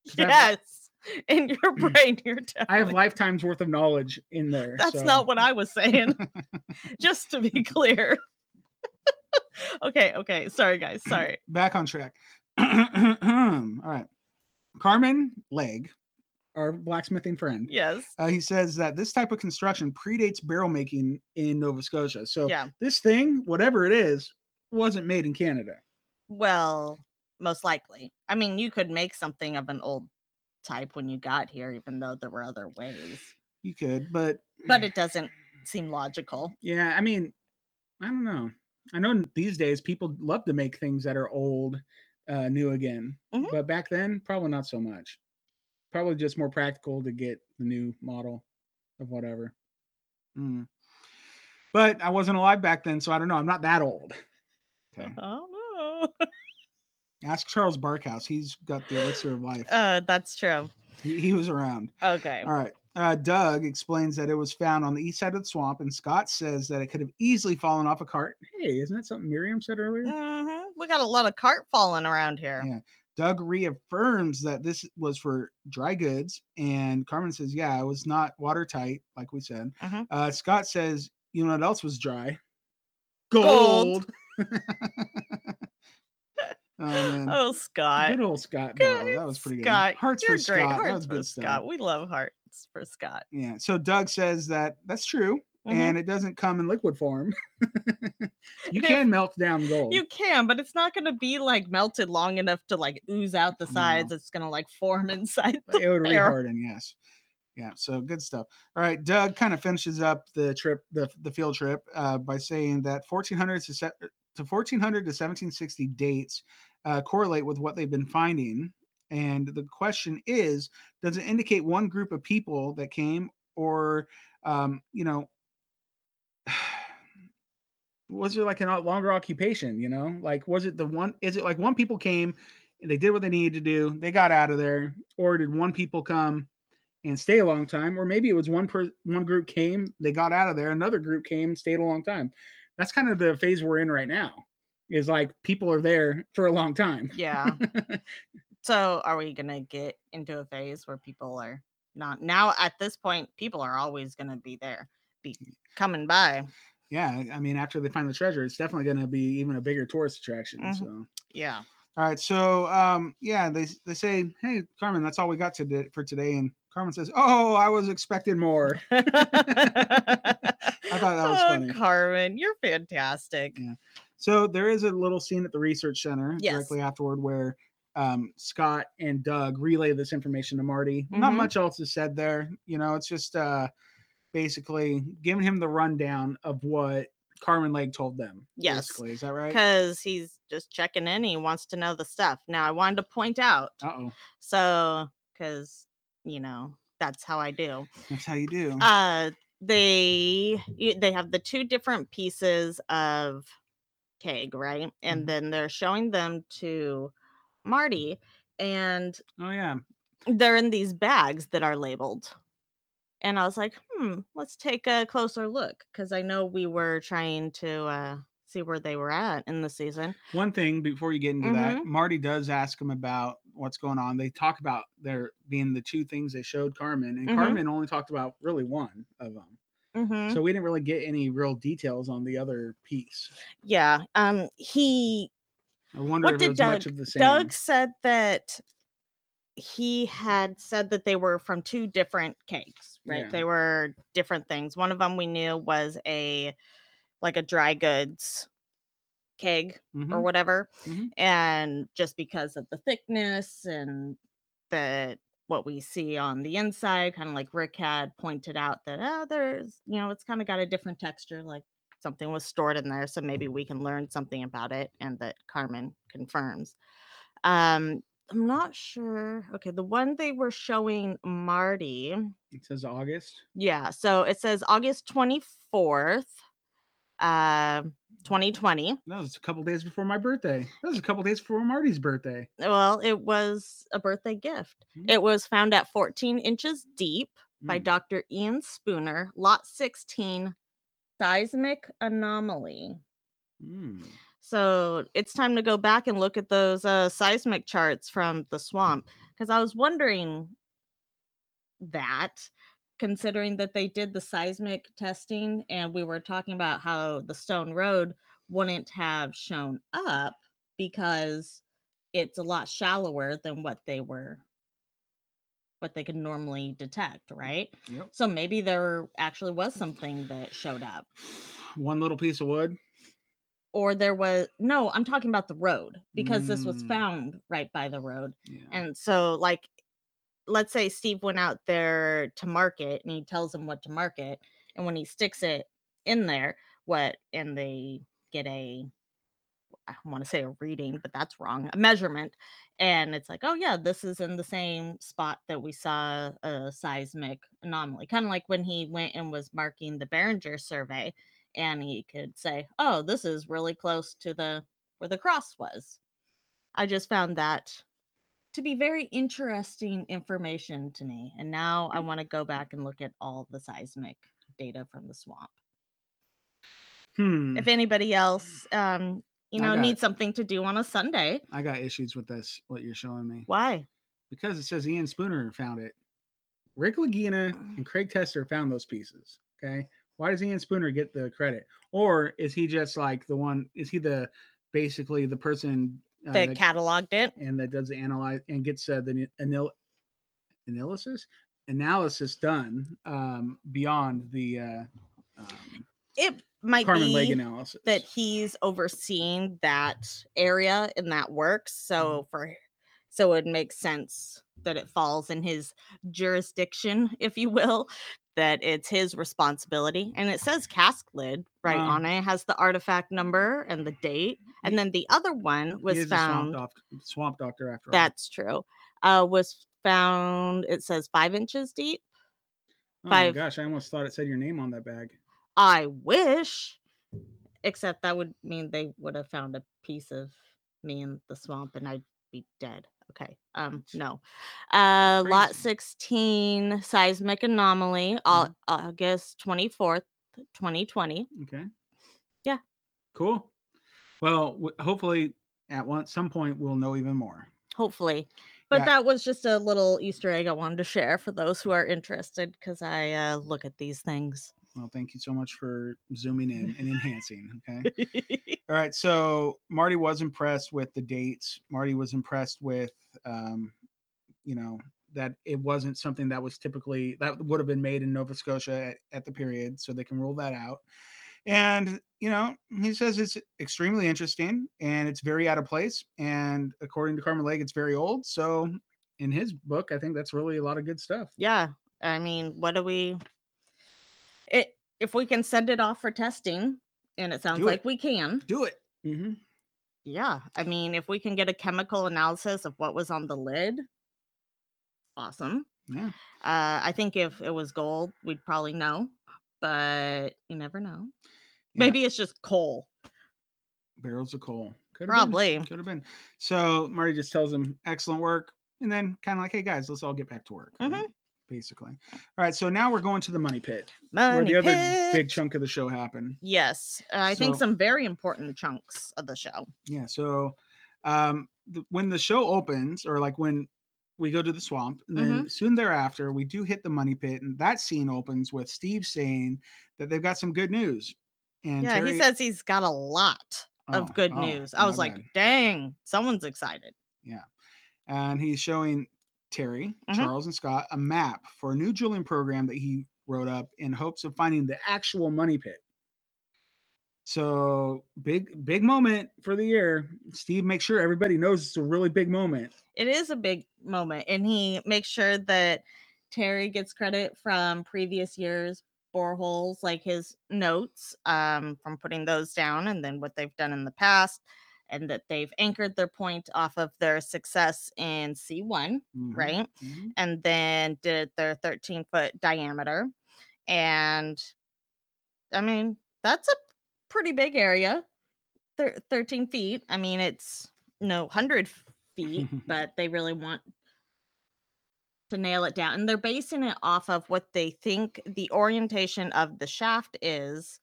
Speaker 3: 'Cause I have-
Speaker 2: Yes. In your brain, you're definitely.
Speaker 3: I have lifetimes worth of knowledge in there.
Speaker 2: That's
Speaker 3: so-
Speaker 2: not what I was saying. just to be clear. okay. Okay. Sorry, guys. Sorry.
Speaker 3: back on track. All right. Carmen Leg, our blacksmithing friend,
Speaker 2: Yes.
Speaker 3: uh, he says that this type of construction predates barrel making in Nova Scotia. So
Speaker 2: Yeah.
Speaker 3: this thing, whatever it is, wasn't made in Canada.
Speaker 2: Well, most likely. I mean, you could make something of an old type when you got here, even though there were other ways.
Speaker 3: You could, but
Speaker 2: But it doesn't seem logical.
Speaker 3: yeah, I mean, I don't know. I know these days people love to make things that are old, uh, new again,
Speaker 2: Mhm.
Speaker 3: but back then probably not so much. Probably just more practical to get the new model of whatever. Mm. But I wasn't alive back then, so I don't know. I'm not that old.
Speaker 2: Oh no.
Speaker 3: Ask Charles Barkhouse; he's got the elixir of life.
Speaker 2: Uh, that's true.
Speaker 3: He, he was around.
Speaker 2: Okay.
Speaker 3: All right. Uh, Doug explains that it was found on the east side of the swamp, and Scott says that it could have easily fallen off a cart. Hey, isn't that something Miriam said earlier?
Speaker 2: hmm We got a lot of cart falling around here.
Speaker 3: Yeah. Doug reaffirms that this was for dry goods, and Carmen says, "Yeah, it was not watertight, like we said."
Speaker 2: Mhm.
Speaker 3: Uh, Scott says, "You know what else was dry?
Speaker 2: Gold.
Speaker 3: Gold." oh, man.
Speaker 2: Oh, Scott.
Speaker 3: good old Scott.
Speaker 2: Good
Speaker 3: Bauer. That was pretty
Speaker 2: Scott.
Speaker 3: good. Hearts
Speaker 2: You're
Speaker 3: for
Speaker 2: great.
Speaker 3: Scott.
Speaker 2: Hearts
Speaker 3: that was
Speaker 2: for
Speaker 3: good
Speaker 2: Scott.
Speaker 3: stuff.
Speaker 2: We love hearts for Scott.
Speaker 3: Yeah. So Doug says that that's true,
Speaker 2: Mhm.
Speaker 3: and it doesn't come in liquid form.
Speaker 2: They-
Speaker 3: you can melt down gold.
Speaker 2: You can, but it's not going to be like melted long enough to like ooze out the
Speaker 3: No.
Speaker 2: sides. It's going to like form inside.
Speaker 3: But it would
Speaker 2: Fair.
Speaker 3: reharden, yes. Yeah, so good stuff. All right, Doug kind of finishes up the trip, the, the field trip, uh, by saying that 1400 to, se- to 1400 to 1760 dates uh, correlate with what they've been finding. And the question is, does it indicate one group of people that came, or um, you know, was it like an o- longer occupation? You know, like was it the one? Is it like one people came and they did what they needed to do. They got out of there, or did one people come and stay a long time, or maybe it was one per, one group came, they got out of there, another group came, stayed a long time. That's kind of the phase we're in right now. Is like people are there for a long time.
Speaker 2: Yeah. so are we going to get into a phase where people are not now at this point? People are always going to be there, be coming by.
Speaker 3: yeah, I mean, after they find the treasure, it's definitely going to be even a bigger tourist attraction.
Speaker 2: Mhm.
Speaker 3: So.
Speaker 2: Yeah.
Speaker 3: All right, so um, yeah, they s- they say, "Hey, Carmen, that's all we got to do for today." And Carmen says, "Oh, I was expecting more."
Speaker 2: I thought
Speaker 3: that was
Speaker 2: oh,
Speaker 3: funny.
Speaker 2: Carmen, you're fantastic.
Speaker 3: Yeah. So there is a little scene at the research center
Speaker 2: Yes.
Speaker 3: directly afterward where um, Scott and Doug relay this information to Marty. Not
Speaker 2: Mhm.
Speaker 3: much else is said there. You know, it's just uh, basically giving him the rundown of what Carmen Lake told them.
Speaker 2: Yes.
Speaker 3: basically. is that right? Uh
Speaker 2: Because he's just checking in. He wants to know the stuff. Now, I wanted to point out
Speaker 3: oh,
Speaker 2: So, because you know that's how I do.
Speaker 3: that's how you do.
Speaker 2: Uh, they you- they have the two different pieces of keg, right? And
Speaker 3: Mhm.
Speaker 2: then they're showing them to Marty, and
Speaker 3: oh yeah,
Speaker 2: they're in these bags that are labeled. And I was like, hmm, let's take a closer look because I know we were trying to uh, see where they were at in the season.
Speaker 3: One thing before you get into that,
Speaker 2: Mm-hmm.
Speaker 3: Marty does ask him about what's going on. They talk about there being the two things they showed Carmen, and
Speaker 2: Mhm.
Speaker 3: Carmen only talked about really one of them.
Speaker 2: Mm-hmm.
Speaker 3: So we didn't really get any real details on the other piece.
Speaker 2: Yeah. Um. He
Speaker 3: I wonder
Speaker 2: What
Speaker 3: if it
Speaker 2: did
Speaker 3: was much
Speaker 2: Doug-
Speaker 3: of the same.
Speaker 2: Doug said that he had said that they were from two different cakes, right?
Speaker 3: Yeah.
Speaker 2: They were different things. One of them we knew was a like a dry goods keg or
Speaker 3: Mhm.
Speaker 2: whatever.
Speaker 3: Mhm.
Speaker 2: And just because of the thickness and the what we see on the inside, kind of like Rick had pointed out that oh, there's you know, it's kind of got a different texture, like something was stored in there. So maybe we can learn something about it and that Carmen confirms. Um I'm not sure. Okay, the one they were showing Marty.
Speaker 3: It says August.
Speaker 2: Yeah, so it says August 24th, uh, 2020.
Speaker 3: That was a couple days before my birthday. That was a couple days before Marty's birthday.
Speaker 2: Well, it was a birthday gift.
Speaker 3: Mm.
Speaker 2: It was found at 14 inches deep by
Speaker 3: Mm.
Speaker 2: Dr. Ian Spooner, lot 16, seismic anomaly.
Speaker 3: Mm.
Speaker 2: So it's time to go back and look at those uh, seismic charts from the swamp because I was wondering that, considering that they did the seismic testing and we were talking about how the Stone Road wouldn't have shown up because it's a lot shallower than what they were what they could normally detect, right?
Speaker 3: Yep.
Speaker 2: So maybe there actually was something that showed up
Speaker 3: One little piece of wood.
Speaker 2: or there was no i'm talking about the road because this was
Speaker 3: Mm.
Speaker 2: found right by the road
Speaker 3: Yeah.
Speaker 2: and so like let's say steve went out there to market and he tells him what to market and when he sticks it in there what and they get a I want to say a reading, but that's wrong, a measurement. And it's like, oh yeah, this is in the same spot that we saw a seismic anomaly. Kind of like when he went and was marking the Behringer survey, and he could say, oh, this is really close to the where the cross was. I just found that to be very interesting information to me. And now
Speaker 3: Mm-hmm.
Speaker 2: I want to go back and look at all the seismic data from the swamp.
Speaker 3: Hmm.
Speaker 2: If anybody else, um, you
Speaker 3: I
Speaker 2: know,
Speaker 3: got
Speaker 2: needs something to do on a Sunday,
Speaker 3: I got issues with this. What you're showing me
Speaker 2: why?
Speaker 3: because it says Ian Spooner found it. Rick Lagina and Craig Tester found those pieces. Okay, why does Ian Spooner get the credit, or is he just like the one? Is he the basically the person uh,
Speaker 2: They
Speaker 3: that-
Speaker 2: cataloged it.
Speaker 3: and that does the analyze and gets uh, the ni- anal- analysis analysis done um, beyond the uh, um,
Speaker 2: It might
Speaker 3: Carmen
Speaker 2: be
Speaker 3: Lake analysis.
Speaker 2: that he's overseeing that area and that works.
Speaker 3: Mm-hmm.
Speaker 2: So for so it makes sense that it falls in his jurisdiction, if you will, that it's his responsibility. And it says cask lid right
Speaker 3: Wow.
Speaker 2: on it. It has the artifact number and the date.
Speaker 3: He-
Speaker 2: And then the other one
Speaker 3: He
Speaker 2: was
Speaker 3: is a
Speaker 2: found.
Speaker 3: swamp, doc- swamp doctor after
Speaker 2: That's true. Uh was found it says five inches deep.
Speaker 3: all.
Speaker 2: five-
Speaker 3: Oh my gosh, I almost thought it said your name on that bag.
Speaker 2: I wish, except that would mean they would have found a piece of me in the swamp and I'd be dead. Okay. Um, no. Uh, lot
Speaker 3: Crazy. Mm-hmm.
Speaker 2: 16 seismic anomaly, au- August 24th, 2020.
Speaker 3: Okay.
Speaker 2: Yeah.
Speaker 3: Cool. Well, w- hopefully at one some point we'll know even more.
Speaker 2: Hopefully. But
Speaker 3: Yeah.
Speaker 2: that was just a little Easter egg I wanted to share for those who are interested because I uh, look at these things.
Speaker 3: Well, thank you so much for zooming in and enhancing. Okay. All right. So Marty was impressed with the dates. Marty was impressed with, um, you know, that it wasn't something that was typically that would have been made in Nova Scotia at, at the period, so they can rule that out. And you know, he says it's extremely interesting and it's very out of place. And according to Carmen Lake, it's very old. So in his book, I think that's really a lot of good stuff.
Speaker 2: yeah i mean what do we it if we can send it off for testing and it sounds
Speaker 3: Do it.
Speaker 2: like we can
Speaker 3: Do it. hmm
Speaker 2: yeah i mean if we can get a chemical analysis of what was on the lid awesome
Speaker 3: Yeah.
Speaker 2: uh i think if it was gold we'd probably know but you never know
Speaker 3: Yeah.
Speaker 2: maybe it's just coal
Speaker 3: barrels of coal. Could
Speaker 2: Probably.
Speaker 3: Could have been. So Marty just tells him, excellent work. And then kind of like, hey guys, let's all get back to work.
Speaker 2: Mhm.
Speaker 3: right? Basically. All right. So now we're going to the money pit where
Speaker 2: Money
Speaker 3: the other
Speaker 2: pit.
Speaker 3: big chunk of the show happened.
Speaker 2: yes uh, i think
Speaker 3: So-
Speaker 2: some very important chunks of the show
Speaker 3: Yeah. So um, th- when the show opens, or like when we go to the swamp, and
Speaker 2: Mm-hmm.
Speaker 3: then soon thereafter, we do hit the money pit. And that scene opens with Steve saying that they've got some good news. And
Speaker 2: yeah
Speaker 3: Terry-
Speaker 2: he says he's got a lot
Speaker 3: Oh,
Speaker 2: of good
Speaker 3: oh,
Speaker 2: news i
Speaker 3: my
Speaker 2: was like
Speaker 3: bad.
Speaker 2: dang someone's excited
Speaker 3: and he's showing Terry,
Speaker 2: Mhm.
Speaker 3: Charles, and Scott a map for a new drilling program that he wrote up in hopes of finding the actual money pit. So big, big moment for the year. Steve makes sure everybody knows it's a really big moment.
Speaker 2: it is a big moment and he makes sure that terry gets credit from previous years boreholes like his notes um, from putting those down and then what they've done in the past and that they've anchored their point off of their success in c1
Speaker 3: Mhm,
Speaker 2: right
Speaker 3: mhm.
Speaker 2: and then did their 13 foot diameter and i mean that's a pretty big area Thir- 13 feet i mean it's no 100 feet but they really want to nail it down and they're basing it off of what they think the orientation of the shaft is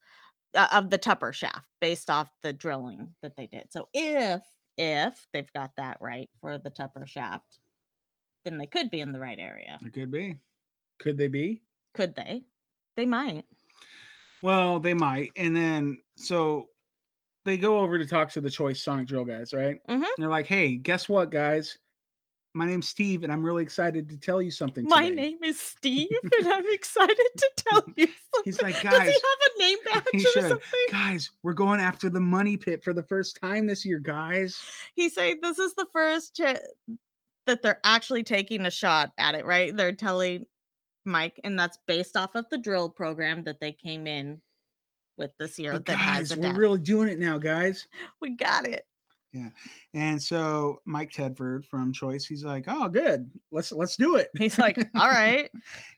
Speaker 2: uh, of the tupper shaft based off the drilling that they did so if if they've got that right for the tupper shaft then they could be in the right area
Speaker 3: It could be. Could they be?
Speaker 2: could they they might
Speaker 3: Well, they might. And then so they go over to talk to the choice Sonic Drill guys, right?
Speaker 2: Mhm.
Speaker 3: And they're like, "Hey, guess what, guys? My name's Steve, and I'm really excited to tell you something."
Speaker 2: my
Speaker 3: today."
Speaker 2: name is steve and i'm excited to tell you something.
Speaker 3: He's like,
Speaker 2: does he
Speaker 3: "Guys,
Speaker 2: have a name
Speaker 3: he
Speaker 2: badge or
Speaker 3: should.
Speaker 2: something
Speaker 3: guys, we're going after the money pit for the first time this year, guys.
Speaker 2: he's saying this is the first cha- that they're actually taking a shot at it, right? They're telling Mike, and that's based off of the drill program that they came in with this year
Speaker 3: But
Speaker 2: that has
Speaker 3: guys,
Speaker 2: a
Speaker 3: we're
Speaker 2: dad.
Speaker 3: really doing it now, guys.
Speaker 2: we got it.
Speaker 3: And so Mike Tedford from Choice, he's like, "Oh, good. Let's let's do it."
Speaker 2: He's like, all right.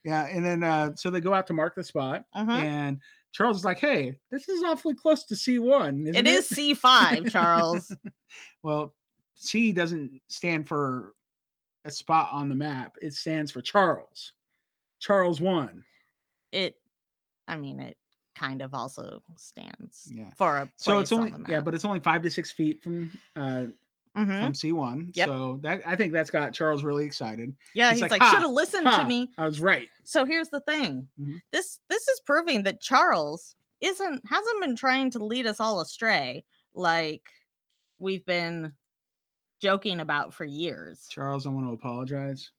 Speaker 3: Yeah. And then uh, so they go out to mark the spot,
Speaker 2: Uh-huh.
Speaker 3: and Charles is like, "Hey, this is awfully close to C one.
Speaker 2: It is C five, Charles.
Speaker 3: Well, C doesn't stand for a spot on the map. It stands for Charles. Charles one.
Speaker 2: It, I mean, it kind of also stands
Speaker 3: Yeah.
Speaker 2: for a place
Speaker 3: So it's only
Speaker 2: on the
Speaker 3: yeah, but it's only five to six feet from uh
Speaker 2: hmm
Speaker 3: from C one.
Speaker 2: Yep.
Speaker 3: So that I think that's got Charles really excited.
Speaker 2: yeah,
Speaker 3: he's
Speaker 2: he's
Speaker 3: like,
Speaker 2: like,
Speaker 3: "Ha,
Speaker 2: should have listened
Speaker 3: Ha,
Speaker 2: to me.
Speaker 3: I was right.
Speaker 2: So here's the thing.
Speaker 3: Mhm.
Speaker 2: This this is proving that Charles isn't hasn't been trying to lead us all astray like we've been joking about for years.
Speaker 3: Charles, I want to apologize.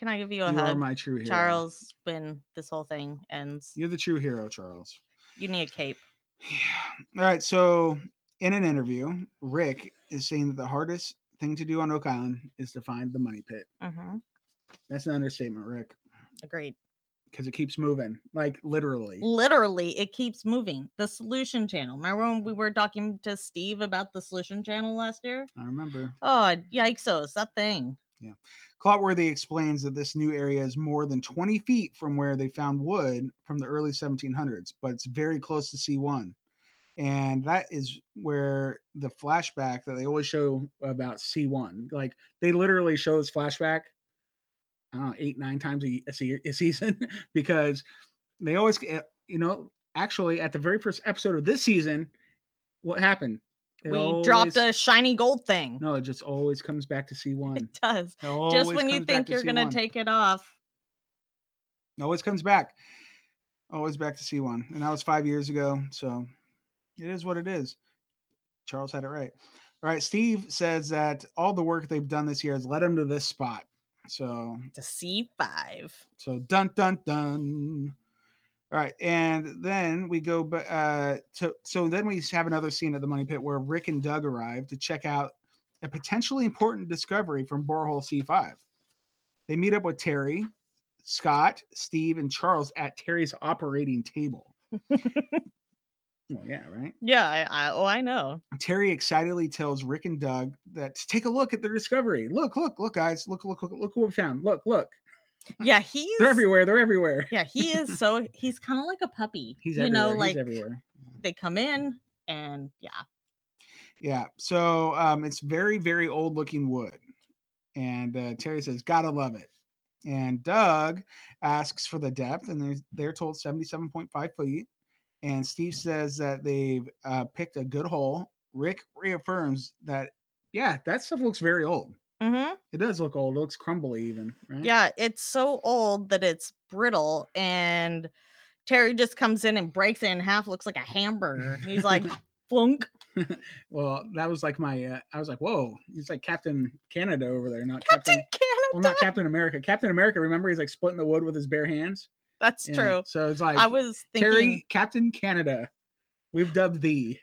Speaker 2: Can I give you a
Speaker 3: you are
Speaker 2: hug?
Speaker 3: my true hero.
Speaker 2: Charles, when this whole thing ends,
Speaker 3: You're the true hero, Charles.
Speaker 2: you need a cape.
Speaker 3: Yeah. All right. So in an interview, Rick is saying that the hardest thing to do on Oak Island is to find the money pit.
Speaker 2: hmm
Speaker 3: That's an understatement, Rick,
Speaker 2: Agreed.
Speaker 3: because it keeps moving. Like literally.
Speaker 2: Literally, it keeps moving. The solution channel. Remember when we were talking to Steve about the solution channel last year?
Speaker 3: I remember.
Speaker 2: Oh, yikes! That thing.
Speaker 3: Clotworthy explains that this new area is more than 20 feet from where they found wood from the early 1700s, but it's very close to C1. And that is where the flashback that they always show about C1, like they literally show this flashback, I don't know, eight, nine times a, ye- a, se- a season because they always, eh, you know, actually at the very first episode of this season, what happened? It
Speaker 2: we dropped
Speaker 3: always-
Speaker 2: a shiny gold thing.
Speaker 3: No, it just always comes back to C1.
Speaker 2: It does.
Speaker 3: It
Speaker 2: Just
Speaker 3: always
Speaker 2: when you
Speaker 3: comes back
Speaker 2: think
Speaker 3: to
Speaker 2: you're gonna
Speaker 3: C1.
Speaker 2: take it off.
Speaker 3: always comes back always back to c1 and that was five years ago so it is what it is charles had it right all right steve says that all the work they've done this year has led them to this spot so
Speaker 2: to C5.
Speaker 3: so dun dun dun all right and then we go but uh to, so then we have another scene at the money pit where rick and doug arrive to check out a potentially important discovery from borehole c5 they meet up with Terry, Scott, Steve, and Charles at Terry's operating table. well, yeah, right.
Speaker 2: Yeah, I, I oh I know.
Speaker 3: Terry excitedly tells Rick and Doug that to take a look at their discovery. Look, look, look, guys. Look, look, look, look what we found. Look, look.
Speaker 2: Yeah, he's
Speaker 3: They're everywhere. They're everywhere.
Speaker 2: Yeah, he is so he's kind of like a puppy.
Speaker 3: He's
Speaker 2: you
Speaker 3: everywhere.
Speaker 2: know, like
Speaker 3: He's everywhere.
Speaker 2: they come in and yeah,
Speaker 3: Yeah. So um, it's very, very old looking wood. And uh, Terry says, Gotta love it. And Doug asks for the depth, and they're, they're told 77.5 feet. And Steve says that they've uh, picked a good hole. Rick reaffirms that, yeah, that stuff looks very old.
Speaker 2: Mhm.
Speaker 3: It does look old. It looks crumbly, even. Right?
Speaker 2: yeah, it's so old that it's brittle and Terry just comes in and breaks it in half, looks like a hamburger. He's like flunk.
Speaker 3: Well, that was like my, uh, I was like, whoa, he's like Captain Canada over there, not
Speaker 2: Captain
Speaker 3: Captain.
Speaker 2: Canada.
Speaker 3: well, not Captain America. Captain America, remember, he's like splitting the wood with his bare hands.
Speaker 2: That's
Speaker 3: Yeah,
Speaker 2: true.
Speaker 3: So it's like
Speaker 2: I was thinking
Speaker 3: Terry Captain Canada. We've dubbed thee.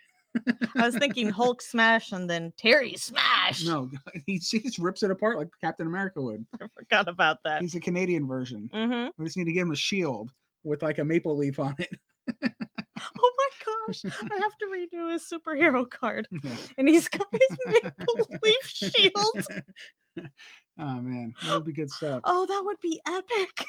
Speaker 2: I was thinking Hulk smash and then Terry smash.
Speaker 3: No, he just rips it apart like Captain America would.
Speaker 2: I forgot about that.
Speaker 3: He's a Canadian version.
Speaker 2: Mm-hmm.
Speaker 3: We just need to give him a shield with like a maple leaf on it.
Speaker 2: Oh my gosh, I have to redo his superhero card.
Speaker 3: Yeah.
Speaker 2: And he's got his maple leaf shield.
Speaker 3: Oh man, that would be good stuff.
Speaker 2: Oh, that would be epic.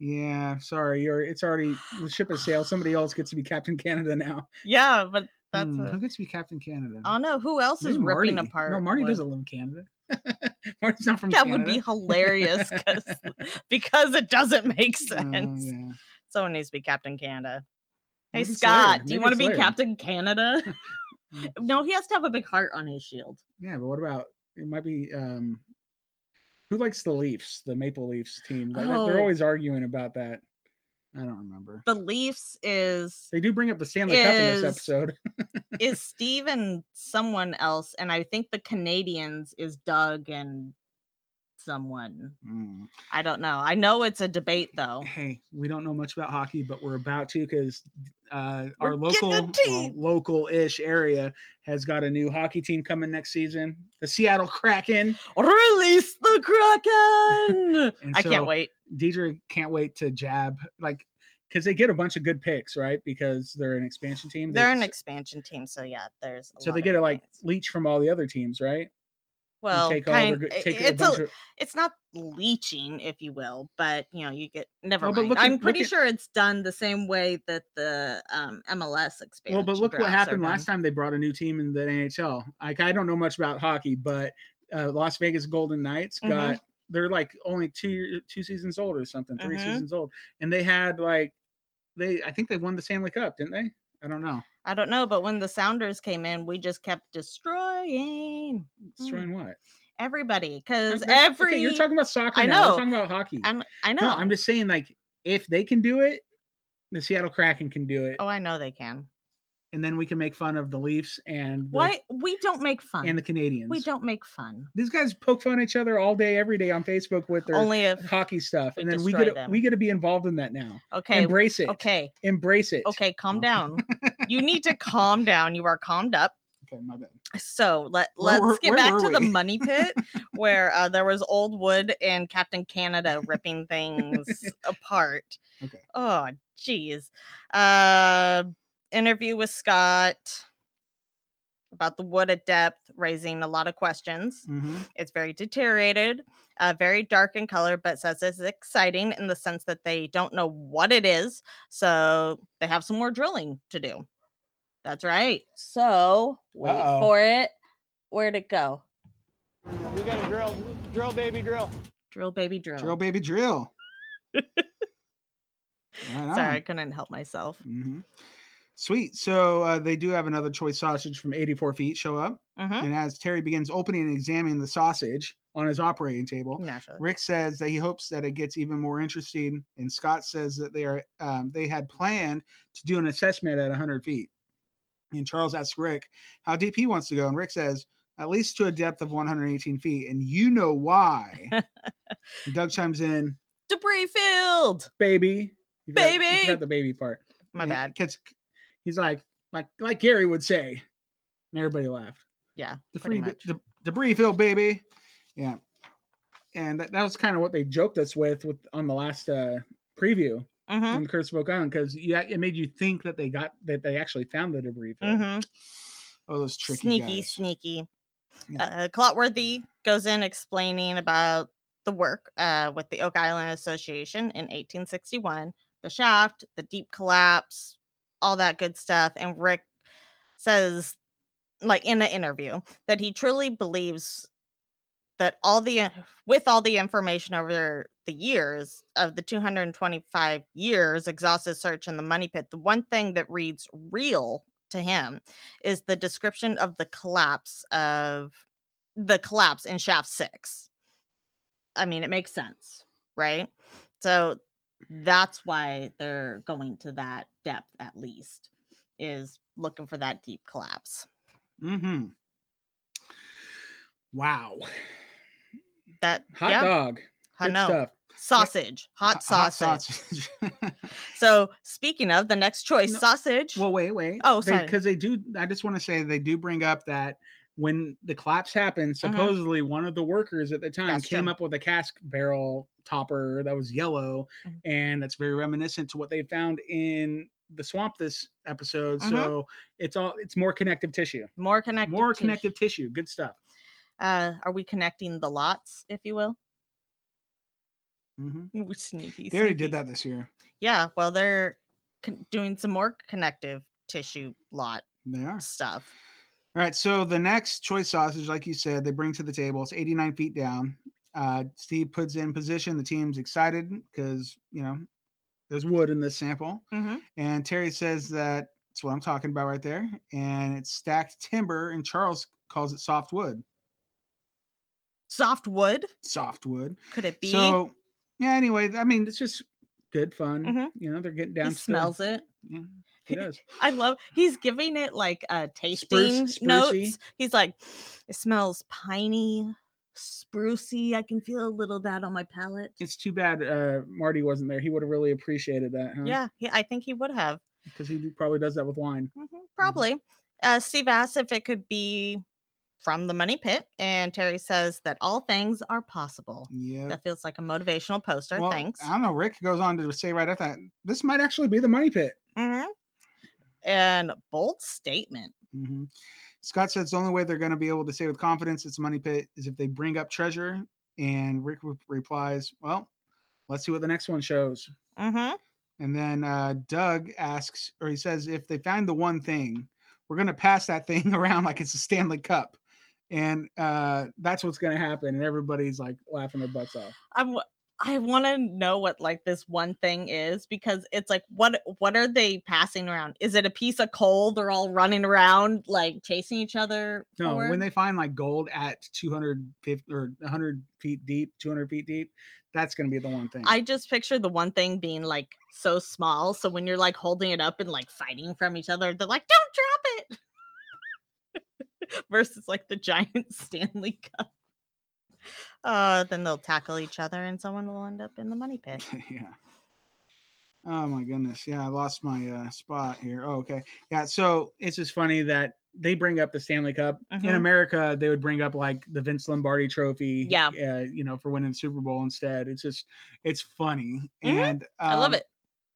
Speaker 3: Yeah, sorry, you're it's already the ship has sailed. Somebody else gets to be Captain Canada now.
Speaker 2: Yeah, but that's
Speaker 3: Hmm,
Speaker 2: a-
Speaker 3: who gets to be Captain Canada?
Speaker 2: I don't know who else is
Speaker 3: Maybe
Speaker 2: ripping
Speaker 3: Marty.
Speaker 2: apart.
Speaker 3: No, Marty
Speaker 2: wood?
Speaker 3: doesn't live in Canada. Marty's not from
Speaker 2: That
Speaker 3: Canada.
Speaker 2: would be hilarious 'cause- because it doesn't make sense.
Speaker 3: Oh, yeah.
Speaker 2: Someone needs to be Captain Canada. Hey
Speaker 3: Maybe Slayer,
Speaker 2: Scott, do you
Speaker 3: maybe
Speaker 2: want to be
Speaker 3: Slayer.
Speaker 2: Captain Canada?
Speaker 3: Mm.
Speaker 2: no, he has to have a big heart on his shield.
Speaker 3: Yeah, but what about it might be um who likes the Leafs, the Maple Leafs team? Like, they're- They're
Speaker 2: Oh.
Speaker 3: always arguing about that. I don't remember.
Speaker 2: The Leafs is
Speaker 3: They do bring up the Stanley Cup in this
Speaker 2: Is-
Speaker 3: episode.
Speaker 2: is Steve and someone else, and I think the Canadians is Doug and someone.
Speaker 3: Mm.
Speaker 2: I don't know. I know it's a debate though.
Speaker 3: Hey, we don't know much about hockey, but we're about to because uh, our
Speaker 2: We're getting
Speaker 3: local
Speaker 2: a
Speaker 3: well,
Speaker 2: team.
Speaker 3: local-ish area has got a new hockey team coming next season. The Seattle Kraken.
Speaker 2: Release the Kraken!
Speaker 3: And
Speaker 2: I can't
Speaker 3: so-
Speaker 2: wait.
Speaker 3: Deidre can't wait to jab. Like because they get a bunch of good picks, right? Because they're an expansion team.
Speaker 2: They're an
Speaker 3: That's-
Speaker 2: expansion team, so yeah, there's. a
Speaker 3: so they
Speaker 2: lot
Speaker 3: get
Speaker 2: of
Speaker 3: to like
Speaker 2: things.
Speaker 3: leech from all the other teams, right? And
Speaker 2: well,
Speaker 3: take all
Speaker 2: kind,
Speaker 3: their good,
Speaker 2: it-
Speaker 3: take a
Speaker 2: it's a,
Speaker 3: bunch of,
Speaker 2: it's not leeching, if you will, but you know, you get never
Speaker 3: Well, but
Speaker 2: mind.
Speaker 3: look at-
Speaker 2: I'm
Speaker 3: look
Speaker 2: pretty
Speaker 3: at-
Speaker 2: sure it's done the same way that the um, MLS expansion.
Speaker 3: well, but look what
Speaker 2: drafts are
Speaker 3: happened
Speaker 2: done.
Speaker 3: last time they brought a new team in the NHL. Like I don't know much about hockey, but uh, Las Vegas Golden Knights
Speaker 2: Mhm.
Speaker 3: got they're like only two year- two seasons old or something, 3
Speaker 2: Mhm.
Speaker 3: seasons old, and they had like they I think they won the Stanley Cup, didn't they? I don't know.
Speaker 2: I don't know, but when the Sounders came in, we just kept destroying
Speaker 3: Destroying what?
Speaker 2: everybody because
Speaker 3: That's- okay,
Speaker 2: Hmm. every
Speaker 3: you're talking about soccer.
Speaker 2: I
Speaker 3: Now.
Speaker 2: know.
Speaker 3: We're talking about hockey.
Speaker 2: I'm, I know.
Speaker 3: no, I'm just saying like if they can do it, the Seattle Kraken can do it,
Speaker 2: oh, I know they can.
Speaker 3: and then we can make fun of the Leafs and the,
Speaker 2: Why we don't make fun.
Speaker 3: and the Canadians.
Speaker 2: we don't make fun.
Speaker 3: These guys poke fun at each other all day, every day on Facebook with their
Speaker 2: Only if
Speaker 3: hockey stuff,
Speaker 2: we
Speaker 3: and then we
Speaker 2: destroy
Speaker 3: get to
Speaker 2: them.
Speaker 3: we get to be involved in that now.
Speaker 2: okay,
Speaker 3: Embrace it.
Speaker 2: okay,
Speaker 3: Embrace it.
Speaker 2: okay. Calm
Speaker 3: No.
Speaker 2: down. you need to calm down. You are calmed up.
Speaker 3: Okay, my bad.
Speaker 2: So let
Speaker 3: Where
Speaker 2: let's
Speaker 3: were-
Speaker 2: get
Speaker 3: where
Speaker 2: back
Speaker 3: were
Speaker 2: to the
Speaker 3: we?
Speaker 2: money pit where uh, there was old wood and Captain Canada ripping things apart.
Speaker 3: Okay.
Speaker 2: Oh geez. Uh, interview with Scott about the wood at depth, raising a lot of questions.
Speaker 3: Mhm.
Speaker 2: It's very deteriorated, uh, very dark in color, but says it's exciting in the sense that they don't know what it is. So they have some more drilling to do. That's right. So wait
Speaker 3: Uh-oh.
Speaker 2: for it. Where'd it go?
Speaker 4: We got a drill, drill, baby, drill.
Speaker 2: Drill, baby, drill.
Speaker 3: Drill baby drill. Right
Speaker 2: Sorry, I
Speaker 3: on.
Speaker 2: couldn't help myself.
Speaker 3: Mhm. Sweet. So uh, they do have another choice sausage from 84 feet show up.
Speaker 2: hmm
Speaker 3: And as Terry begins opening and examining the sausage on his operating table,
Speaker 2: Naturally.
Speaker 3: Rick says that he hopes that it gets even more interesting, and Scott says that they are um, they had planned to do an assessment at 100 feet. And Charles asks Rick how deep he wants to go, and Rick says at least to a depth of 118 feet, and you know why. And Doug chimes in,
Speaker 2: Debris field.
Speaker 3: "Baby, You forgot- you
Speaker 2: Baby!
Speaker 3: forgot the baby part."
Speaker 2: My
Speaker 3: And
Speaker 2: bad.
Speaker 3: Gets, he's like, like, like Gary would say, and everybody laughed.
Speaker 2: Yeah.
Speaker 3: The
Speaker 2: pretty
Speaker 3: free
Speaker 2: much.
Speaker 3: the debris field, baby. Yeah, and that, that was kind of what they joked us with with on the last uh preview
Speaker 2: Mm-hmm.
Speaker 3: when Curse spoke on because yeah, it made you think that they got that they actually found the debris field.
Speaker 2: Mm-hmm.
Speaker 3: Oh, those tricky
Speaker 2: sneaky,
Speaker 3: guys.
Speaker 2: sneaky.
Speaker 3: Yeah. Mm-hmm.
Speaker 2: Uh, Clotworthy goes in explaining about the work uh, with the Oak Island Association in 1861, the shaft, the deep collapse, all that good stuff. And Rick says, like in an interview, that he truly believes that all the in- with all the information over the years of the 225 years exhaustive search in the money pit, the one thing that reads real to him is the description of the collapse of the collapse in shaft six. I mean, it makes sense, right? So that's why they're going to that depth at least, is looking for that deep collapse.
Speaker 3: Mm-hmm. Wow,
Speaker 2: That
Speaker 3: hot
Speaker 2: yeah,
Speaker 3: dog.
Speaker 2: I
Speaker 3: Good
Speaker 2: know.
Speaker 3: stuff.
Speaker 2: Sausage, hot
Speaker 3: Ho- hot
Speaker 2: sausage.
Speaker 3: sausage.
Speaker 2: So speaking of the next choice,
Speaker 3: No,
Speaker 2: sausage.
Speaker 3: well, wait, wait.
Speaker 2: Oh, sorry.
Speaker 3: Because they, do. I just want to say they do bring up that when the collapse happened, supposedly one of the workers at the time
Speaker 2: Mm-hmm. That's
Speaker 3: came
Speaker 2: true.
Speaker 3: up with a cask barrel topper that was yellow,
Speaker 2: Mhm.
Speaker 3: and that's very reminiscent to what they found in the swamp this episode.
Speaker 2: Mhm.
Speaker 3: So it's all it's more connective tissue.
Speaker 2: more connected.
Speaker 3: more
Speaker 2: to-
Speaker 3: connective tissue. Good stuff.
Speaker 2: Uh, are we connecting the lots, if you will?
Speaker 3: Mm-hmm.
Speaker 2: Ooh, sneaky,
Speaker 3: They already
Speaker 2: sneaky.
Speaker 3: did that this year.
Speaker 2: Yeah, well, they're con- doing some more connective tissue lot
Speaker 3: They are.
Speaker 2: stuff.
Speaker 3: All right. So the next choice sausage, like you said, they bring to the table. It's 89 feet down. Uh, Steve puts in position. The team's excited because, you know, there's wood in this sample.
Speaker 2: Mhm.
Speaker 3: And Terry says that it's what I'm talking about right there. And it's stacked timber. And Charles calls it soft wood.
Speaker 2: Soft wood?
Speaker 3: Soft wood.
Speaker 2: Could it be?
Speaker 3: So, yeah, anyway, I mean, it's just good fun.
Speaker 2: Mhm.
Speaker 3: You know, they're getting
Speaker 2: he
Speaker 3: down. to the-
Speaker 2: smells it.
Speaker 3: Yeah, he does.
Speaker 2: I love. He's giving it like a tasting
Speaker 3: sprucey.
Speaker 2: notes. He's like, it smells piney, sprucey. I can feel a little of that on my palate.
Speaker 3: It's too bad uh, Marty wasn't there. He would have really appreciated that, huh?
Speaker 2: Yeah, he, I think he would have.
Speaker 3: Mm-hmm. Because he do- probably does that with wine.
Speaker 2: Mhm, Probably. Uh, Steve asked if it could be from the money pit. And Terry says that all things are possible.
Speaker 3: Yeah.
Speaker 2: That feels like a motivational poster.
Speaker 3: Well,
Speaker 2: Thanks.
Speaker 3: I don't know. Rick goes on to say right after that, this might actually be the money pit.
Speaker 2: Mhm. And bold statement.
Speaker 3: hmm Scott says the only way they're going to be able to say with confidence it's money pit is if they bring up treasure. And Rick re- replies, "Well, let's see what the next one shows."
Speaker 2: hmm
Speaker 3: And then uh, Doug asks, or he says, "If they find the one thing, we're going to pass that thing around like it's a Stanley Cup." And uh, that's what's going to happen. And everybody's like laughing their butts off.
Speaker 2: I w- I want to know what like this one thing is because it's like what what are they passing around? Is it a piece of coal? They're all running around like chasing each other.
Speaker 3: No,
Speaker 2: for?
Speaker 3: when they find like gold at 250 or 100 feet deep, 200 feet deep, that's going to be the one thing.
Speaker 2: I just picture the one thing being like so small. So when you're like holding it up and like fighting from each other, they're like, "Don't drop it," versus like the giant Stanley Cup. Uh, then they'll tackle each other, and someone will end up in the money pit.
Speaker 3: yeah. Oh my goodness. Yeah, I lost my uh, spot here. Oh, okay. Yeah. So it's just funny that they bring up the Stanley Cup in
Speaker 2: Mhm.
Speaker 3: America. They would bring up like the Vince Lombardi Trophy.
Speaker 2: Yeah.
Speaker 3: Uh, you know, for winning the Super Bowl instead. It's just, it's funny,
Speaker 2: Mhm.
Speaker 3: and
Speaker 2: I love
Speaker 3: um,
Speaker 2: it.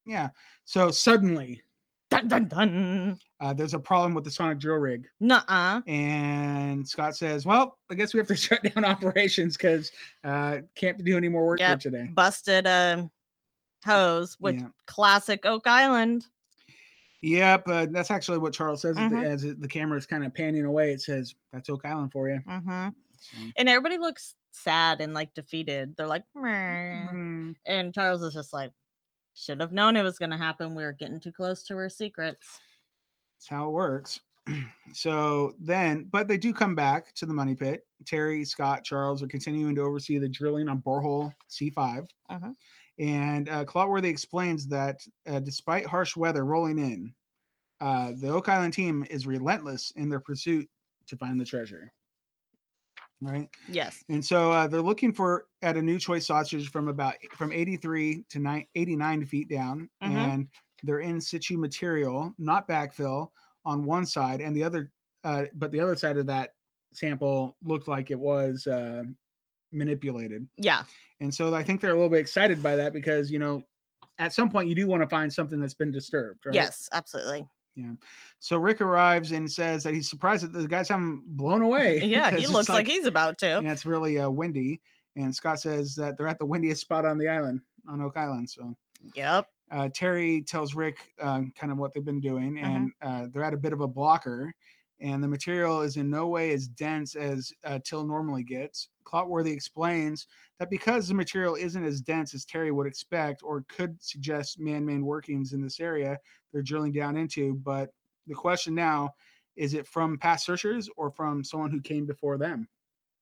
Speaker 3: Yeah. So suddenly,
Speaker 2: Dun dun dun.
Speaker 3: uh, there's a problem with the sonic drill rig.
Speaker 2: Nuh-uh.
Speaker 3: And Scott says, "Well, I guess we have to shut down operations because uh, can't do any more work
Speaker 2: Yep.
Speaker 3: here today."
Speaker 2: busted a hose with
Speaker 3: Yeah.
Speaker 2: classic Oak Island.
Speaker 3: Yep, uh, that's actually what Charles says at the-
Speaker 2: Mhm.
Speaker 3: as it- the camera is kind of panning away. It says, "That's Oak Island for you."
Speaker 2: hmm
Speaker 3: So,
Speaker 2: And everybody looks sad and like defeated. They're like, "Meh."
Speaker 3: mm,
Speaker 2: and Charles is just like, should have known it was going to happen. We were getting too close to her secrets.
Speaker 3: That's how it works. so then, but they do come back to the money pit. Terry, Scott, Charles are continuing to oversee the drilling on borehole C5.
Speaker 2: Mhm.
Speaker 3: And uh, Clotworthy explains that uh, despite harsh weather rolling in, uh, the Oak Island team is relentless in their pursuit to find the treasure. Right.
Speaker 2: Yes.
Speaker 3: And so uh, they're looking for at a new choice sausage from about e, from 83 to nine, 89 feet down,
Speaker 2: Mhm.
Speaker 3: and they're in situ material, not backfill, on one side, and the other, uh, but the other side of that sample looked like it was uh, manipulated.
Speaker 2: Yeah.
Speaker 3: And so I think they're a little bit excited by that because you know, at some point you do want to find something that's been disturbed. Right?
Speaker 2: Yes. Absolutely.
Speaker 3: So Rick arrives and says that he's surprised that the guys haven't blown away.
Speaker 2: Yeah.
Speaker 3: because
Speaker 2: He
Speaker 3: it's
Speaker 2: looks like, he's about to.
Speaker 3: and it's really uh, windy. And Scott says that they're at the windiest spot on the island, on Oak Island. So
Speaker 2: Yep.
Speaker 3: uh, Terry tells Rick uh, kind of what they've been doing,
Speaker 2: Mhm.
Speaker 3: and uh, they're at a bit of a blocker. And the material is in no way as dense as uh, Till normally gets. Clotworthy explains that because the material isn't as dense as Terry would expect or could suggest man made workings in this area they're drilling down into. But the question now is it from past searchers or from someone who came before them?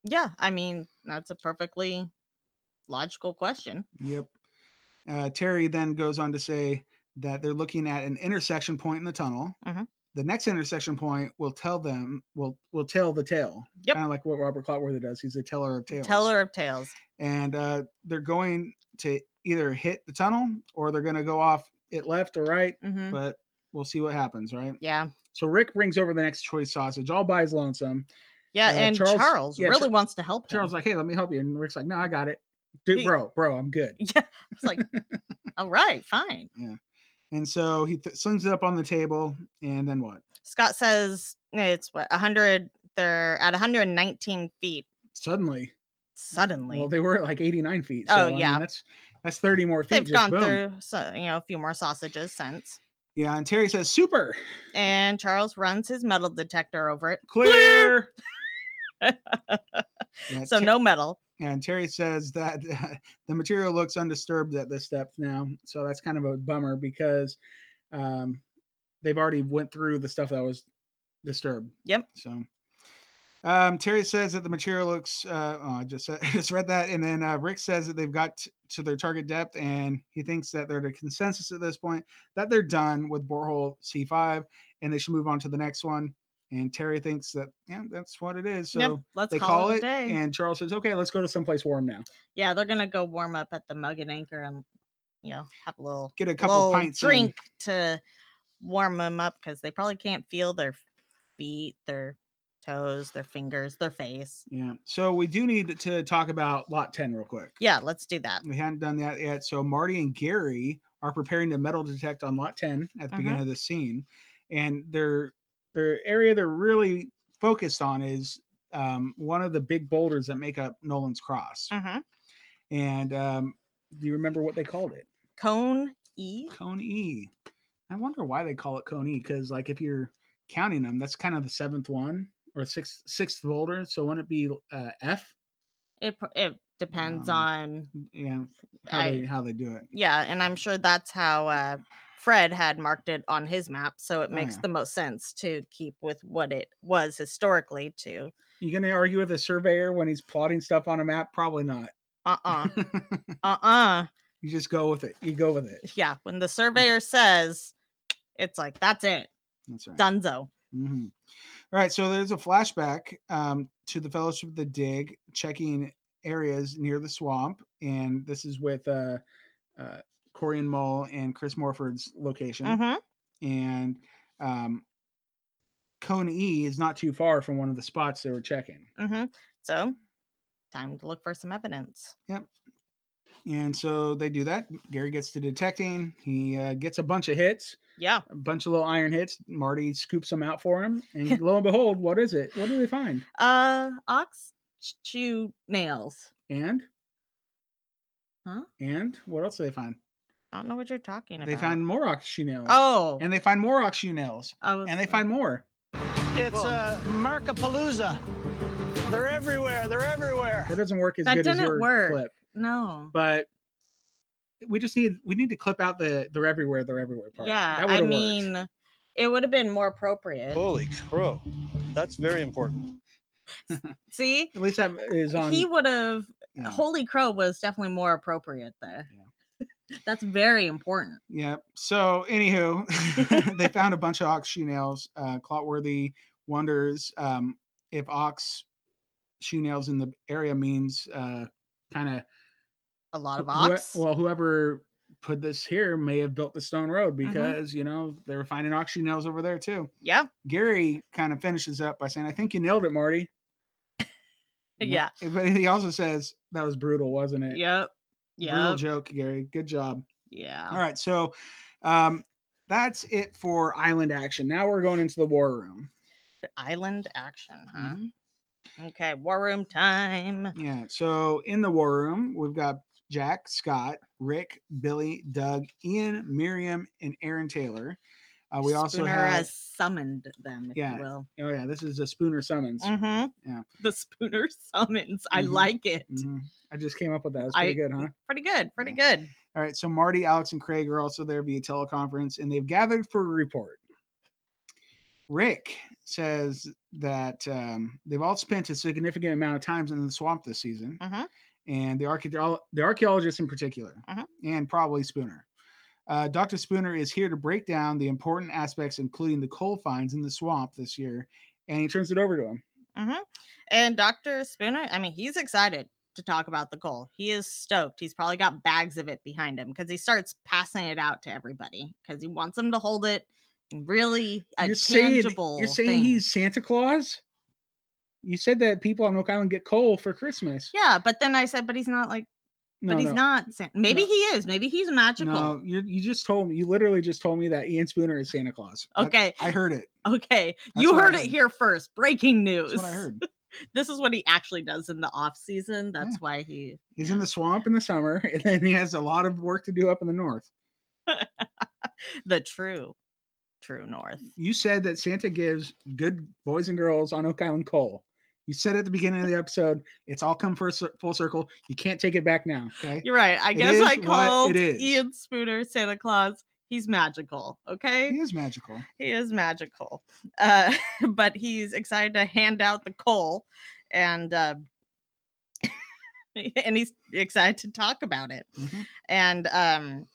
Speaker 2: Yeah. I mean, that's a perfectly logical question.
Speaker 3: Yep. Uh, Terry then goes on to say that they're looking at an intersection point in the tunnel.
Speaker 2: Mhm.
Speaker 3: The next intersection point will tell them will will tell the tale.
Speaker 2: Yep.
Speaker 3: Kind of like what Robert Clotworthy does. He's a teller of tales.
Speaker 2: Teller of tales.
Speaker 3: And uh, they're going to either hit the tunnel or they're going to go off it left or right.
Speaker 2: hmm
Speaker 3: But we'll see what happens, right?
Speaker 2: Yeah.
Speaker 3: So Rick brings over the next choice sausage, all by his lonesome.
Speaker 2: Yeah.
Speaker 3: Uh,
Speaker 2: and
Speaker 3: Charles-
Speaker 2: Charles,
Speaker 3: yeah, Char-
Speaker 2: really wants to help him.
Speaker 3: Charles like, hey, let me help you. And Rick's like, no, I got it, dude,
Speaker 2: He-
Speaker 3: bro, bro, I'm good.
Speaker 2: Yeah. It's like, all right, fine.
Speaker 3: And so he th- slings it up on the table, and then what?
Speaker 2: Scott says it's what 100 they're at 119 feet
Speaker 3: Suddenly,
Speaker 2: suddenly.
Speaker 3: well, they were at like 89 feet. So,
Speaker 2: Oh,
Speaker 3: I mean,
Speaker 2: yeah.
Speaker 3: that's that's 30 more feet.
Speaker 2: They've
Speaker 3: just
Speaker 2: gone
Speaker 3: boom.
Speaker 2: through so, you know a few more sausages since.
Speaker 3: Yeah, and Terry says, "Super
Speaker 2: And Charles runs his metal detector over it.
Speaker 3: clear." Yeah,
Speaker 2: So
Speaker 3: Ter-
Speaker 2: no metal.
Speaker 3: And Terry says that the material looks undisturbed at this step now, so that's kind of a bummer because um, they've already went through the stuff that was disturbed.
Speaker 2: Yep.
Speaker 3: So um, Terry says that the material looks. Uh, oh, I just said, just read that, and then uh, Rick says that they've got t- to their target depth, and he thinks that they're at a consensus at this point that they're done with borehole C five, and they should move on to the next one. And Terry thinks that yeah, that's what it is. So
Speaker 2: yep, let's
Speaker 3: they
Speaker 2: call,
Speaker 3: call
Speaker 2: it, a
Speaker 3: it,
Speaker 2: day.
Speaker 3: and Charles says, "Okay, let's go to someplace warm now.
Speaker 2: yeah, they're gonna go warm up at the mug and anchor and you know have a little
Speaker 3: Get a couple
Speaker 2: little
Speaker 3: pints in."
Speaker 2: drink to warm them up because they probably can't feel their feet, their toes, their fingers, their face.
Speaker 3: Yeah. So we do need to talk about lot 10 real quick.
Speaker 2: Yeah, let's do that.
Speaker 3: We hadn't done that yet. So Marty and Gary are preparing to metal detect on lot 10 at the
Speaker 2: Uh-huh.
Speaker 3: beginning of the scene. And their their area they're really focused on is um, one of the big boulders that make up Nolan's Cross.
Speaker 2: Mhm.
Speaker 3: And um, do you remember what they called it?
Speaker 2: Cone E.
Speaker 3: Cone E. I wonder why they call it cone E because like if you're counting them, that's kind of the seventh one or sixth sixth boulder. So wouldn't it be uh, F?
Speaker 2: It pr- it depends
Speaker 3: Um,
Speaker 2: on
Speaker 3: Yeah, how
Speaker 2: I-
Speaker 3: they how they do it.
Speaker 2: yeah, and I'm sure that's how uh, Fred had marked it on his map, so it
Speaker 3: Oh,
Speaker 2: makes
Speaker 3: yeah.
Speaker 2: the most sense to keep with what it was historically. To
Speaker 3: You gonna argue with a surveyor when he's plotting stuff on a map? Probably not.
Speaker 2: uh uh uh uh
Speaker 3: you just go with it. You go with it.
Speaker 2: yeah, when the surveyor says, it's like that's it,
Speaker 3: That's right.
Speaker 2: Dunzo.
Speaker 3: Mm-hmm. All right, so there's a flashback um, to the Fellowship of the Dig checking areas near the swamp, and this is with uh, uh, Corey and Mull and Chris Morford's location.
Speaker 2: hmm
Speaker 3: And um, Cone E is not too far from one of the spots they were checking.
Speaker 2: hmm So, time to look for some evidence.
Speaker 3: And so they do that. Gary gets to detecting. He uh, gets a bunch of hits,
Speaker 2: Yeah,
Speaker 3: a bunch of little iron hits. Marty scoops them out for him. And lo and behold, what is it? What do they find?
Speaker 2: uh, ox ch- chew nails.
Speaker 3: And?
Speaker 2: Huh?
Speaker 3: And what else do they find?
Speaker 2: I don't know what you're talking about.
Speaker 3: They find more oxygen nails.
Speaker 2: oh,
Speaker 3: And they find more oxygen nails.
Speaker 2: I was
Speaker 3: And they
Speaker 2: like-
Speaker 3: find more.
Speaker 4: It's uh, Markapalooza. They're everywhere. They're everywhere.
Speaker 3: That doesn't work as
Speaker 2: That
Speaker 3: good as
Speaker 2: didn't
Speaker 3: your
Speaker 2: work.
Speaker 3: clip.
Speaker 2: no.
Speaker 3: But we just need we need to clip out the they're everywhere, they're everywhere part.
Speaker 2: Yeah,
Speaker 3: That
Speaker 2: I
Speaker 3: would've worked.
Speaker 2: mean, it would have been more appropriate.
Speaker 5: Holy crow. That's very important.
Speaker 2: See,
Speaker 3: at least that is on
Speaker 2: he would have.
Speaker 3: yeah.
Speaker 2: Holy crow was definitely more appropriate there. That's very important.
Speaker 3: Yeah. So, anywho, they found a bunch of ox shoe nails. Uh, Clotworthy wonders um, if ox shoe nails in the area means uh, kind
Speaker 2: A lot
Speaker 3: of
Speaker 2: of ox.
Speaker 3: well, whoever put this here may have built the stone road
Speaker 2: Mm-hmm.
Speaker 3: because you know they were finding ox shoe nails over there too.
Speaker 2: yeah,
Speaker 3: Gary kind of finishes up by saying, "I think you nailed it, Marty." And
Speaker 2: yeah,
Speaker 3: that- But he also says that was brutal, wasn't it?
Speaker 2: yep,
Speaker 3: Brutal
Speaker 2: yep,
Speaker 3: joke, Gary. Good job.
Speaker 2: yeah.
Speaker 3: All right, so um, that's it for island action. Now we're going into the war room.
Speaker 2: Island action, huh?
Speaker 3: Mm-hmm.
Speaker 2: Okay, war room time.
Speaker 3: Yeah, so in the war room, we've got Jack, Scott, Rick, Billy, Doug, Ian, Miriam, and Aaron Taylor. Uh, we also
Speaker 2: Spooner
Speaker 3: have
Speaker 2: has summoned them, if
Speaker 3: Yeah.
Speaker 2: you will.
Speaker 3: oh yeah, this is a Spooner summons.
Speaker 2: hmm
Speaker 3: Yeah.
Speaker 2: The Spooner summons. I
Speaker 3: Mhm.
Speaker 2: like it.
Speaker 3: Mhm. I just came up with that. It's pretty
Speaker 2: I-
Speaker 3: good, huh?
Speaker 2: Pretty good. Pretty good.
Speaker 3: All right, so Marty, Alex, and Craig are also there via teleconference, and they've gathered for a report. Rick says that um, they've all spent a significant amount of time in the swamp this season,
Speaker 2: Mhm.
Speaker 3: and the, archaeo- the archaeologists in particular,
Speaker 2: Mhm.
Speaker 3: and probably Spooner. Uh, Dr. Spooner is here to break down the important aspects, including the coal finds in the swamp this year, and he turns it over to him.
Speaker 2: hmm And Dr. Spooner, I mean, he's excited to talk about the coal. He is stoked. He's probably got bags of it behind him because he starts passing it out to everybody because he wants them to hold it. and Really, a
Speaker 3: you're saying,
Speaker 2: tangible.
Speaker 3: you're saying
Speaker 2: thing.
Speaker 3: he's Santa Claus? You said that people on Oak Island get coal for Christmas.
Speaker 2: Yeah, but then I said, but he's not like,
Speaker 3: No,
Speaker 2: but he's
Speaker 3: no.
Speaker 2: not. San- Maybe
Speaker 3: No.
Speaker 2: he is. Maybe he's magical.
Speaker 3: No, you you just told me. You literally just told me that Ian Spooner is Santa Claus. That-
Speaker 2: Okay.
Speaker 3: I heard it.
Speaker 2: Okay,
Speaker 3: That's
Speaker 2: you
Speaker 3: what I
Speaker 2: heard it
Speaker 3: heard.
Speaker 2: here first. Breaking news.
Speaker 3: That's what I heard.
Speaker 2: This is what he actually does in the off season. That's why he.
Speaker 3: He's in the swamp in the summer, and then he has a lot of work to do up in the north.
Speaker 2: the true, true north.
Speaker 3: You said that Santa gives good boys and girls on Oak Island coal. You said at the beginning of the episode, it's all come for full circle. You can't take it back now. Okay.
Speaker 2: You're right. I
Speaker 3: It
Speaker 2: guess
Speaker 3: is
Speaker 2: I
Speaker 3: what it
Speaker 2: called
Speaker 3: is.
Speaker 2: Ian Spooner Santa Claus. He's magical. Okay.
Speaker 3: He is magical.
Speaker 2: He is magical. Uh, but he's excited to hand out the coal and uh, and he's excited to talk about it.
Speaker 3: Mhm.
Speaker 2: And um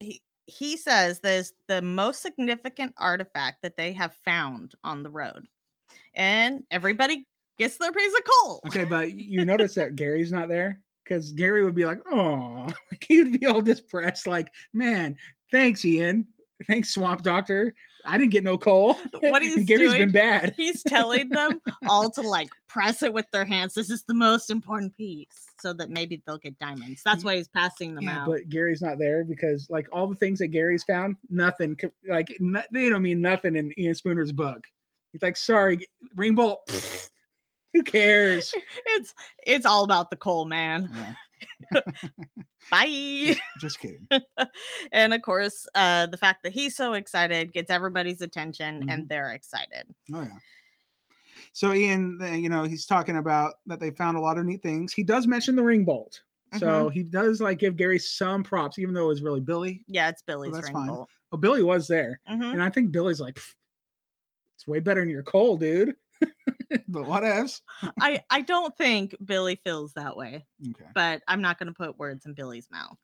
Speaker 2: he he says there's the most significant artifact that they have found on the road. And everybody gets their piece of coal.
Speaker 3: Okay, but you notice that Gary's not there because Gary would be like, "Oh," like he would be all depressed, like, "Man, thanks, Ian. Thanks, Swamp Doctor. I didn't get no coal.
Speaker 2: What he's
Speaker 3: Gary's
Speaker 2: doing-
Speaker 3: been bad.
Speaker 2: He's telling them all to like press it with their hands. This is the most important piece, so that maybe they'll get diamonds. That's why he's passing them
Speaker 3: Yeah,
Speaker 2: out.
Speaker 3: but Gary's not there because like all the things that Gary's found, nothing co- like no, they don't mean nothing in Ian Spooner's book. He's like, sorry, Ringbolt. pfft, Who cares?
Speaker 2: it's it's all about the coal man.
Speaker 3: Yeah,
Speaker 2: Bye.
Speaker 3: just kidding. Oh,
Speaker 2: and of course, uh, the fact that he's so excited gets everybody's attention,
Speaker 3: Mm-hmm.
Speaker 2: and they're excited.
Speaker 3: Oh yeah. So Ian, the- you know, he's talking about that they found a lot of neat things. He does mention the ring bolt. So he does like give Gary some props, even though it was really Billy.
Speaker 2: Yeah, it's Billy's
Speaker 3: that's
Speaker 2: ring
Speaker 3: fine.
Speaker 2: bolt.
Speaker 3: Oh, Billy was there.
Speaker 2: Mhm.
Speaker 3: And I think Billy's like, "Pff, it's way better than your coal, dude. but what ifs?
Speaker 2: I I don't think Billy feels that way,
Speaker 3: Okay.
Speaker 2: but I'm not going to put words in Billy's mouth.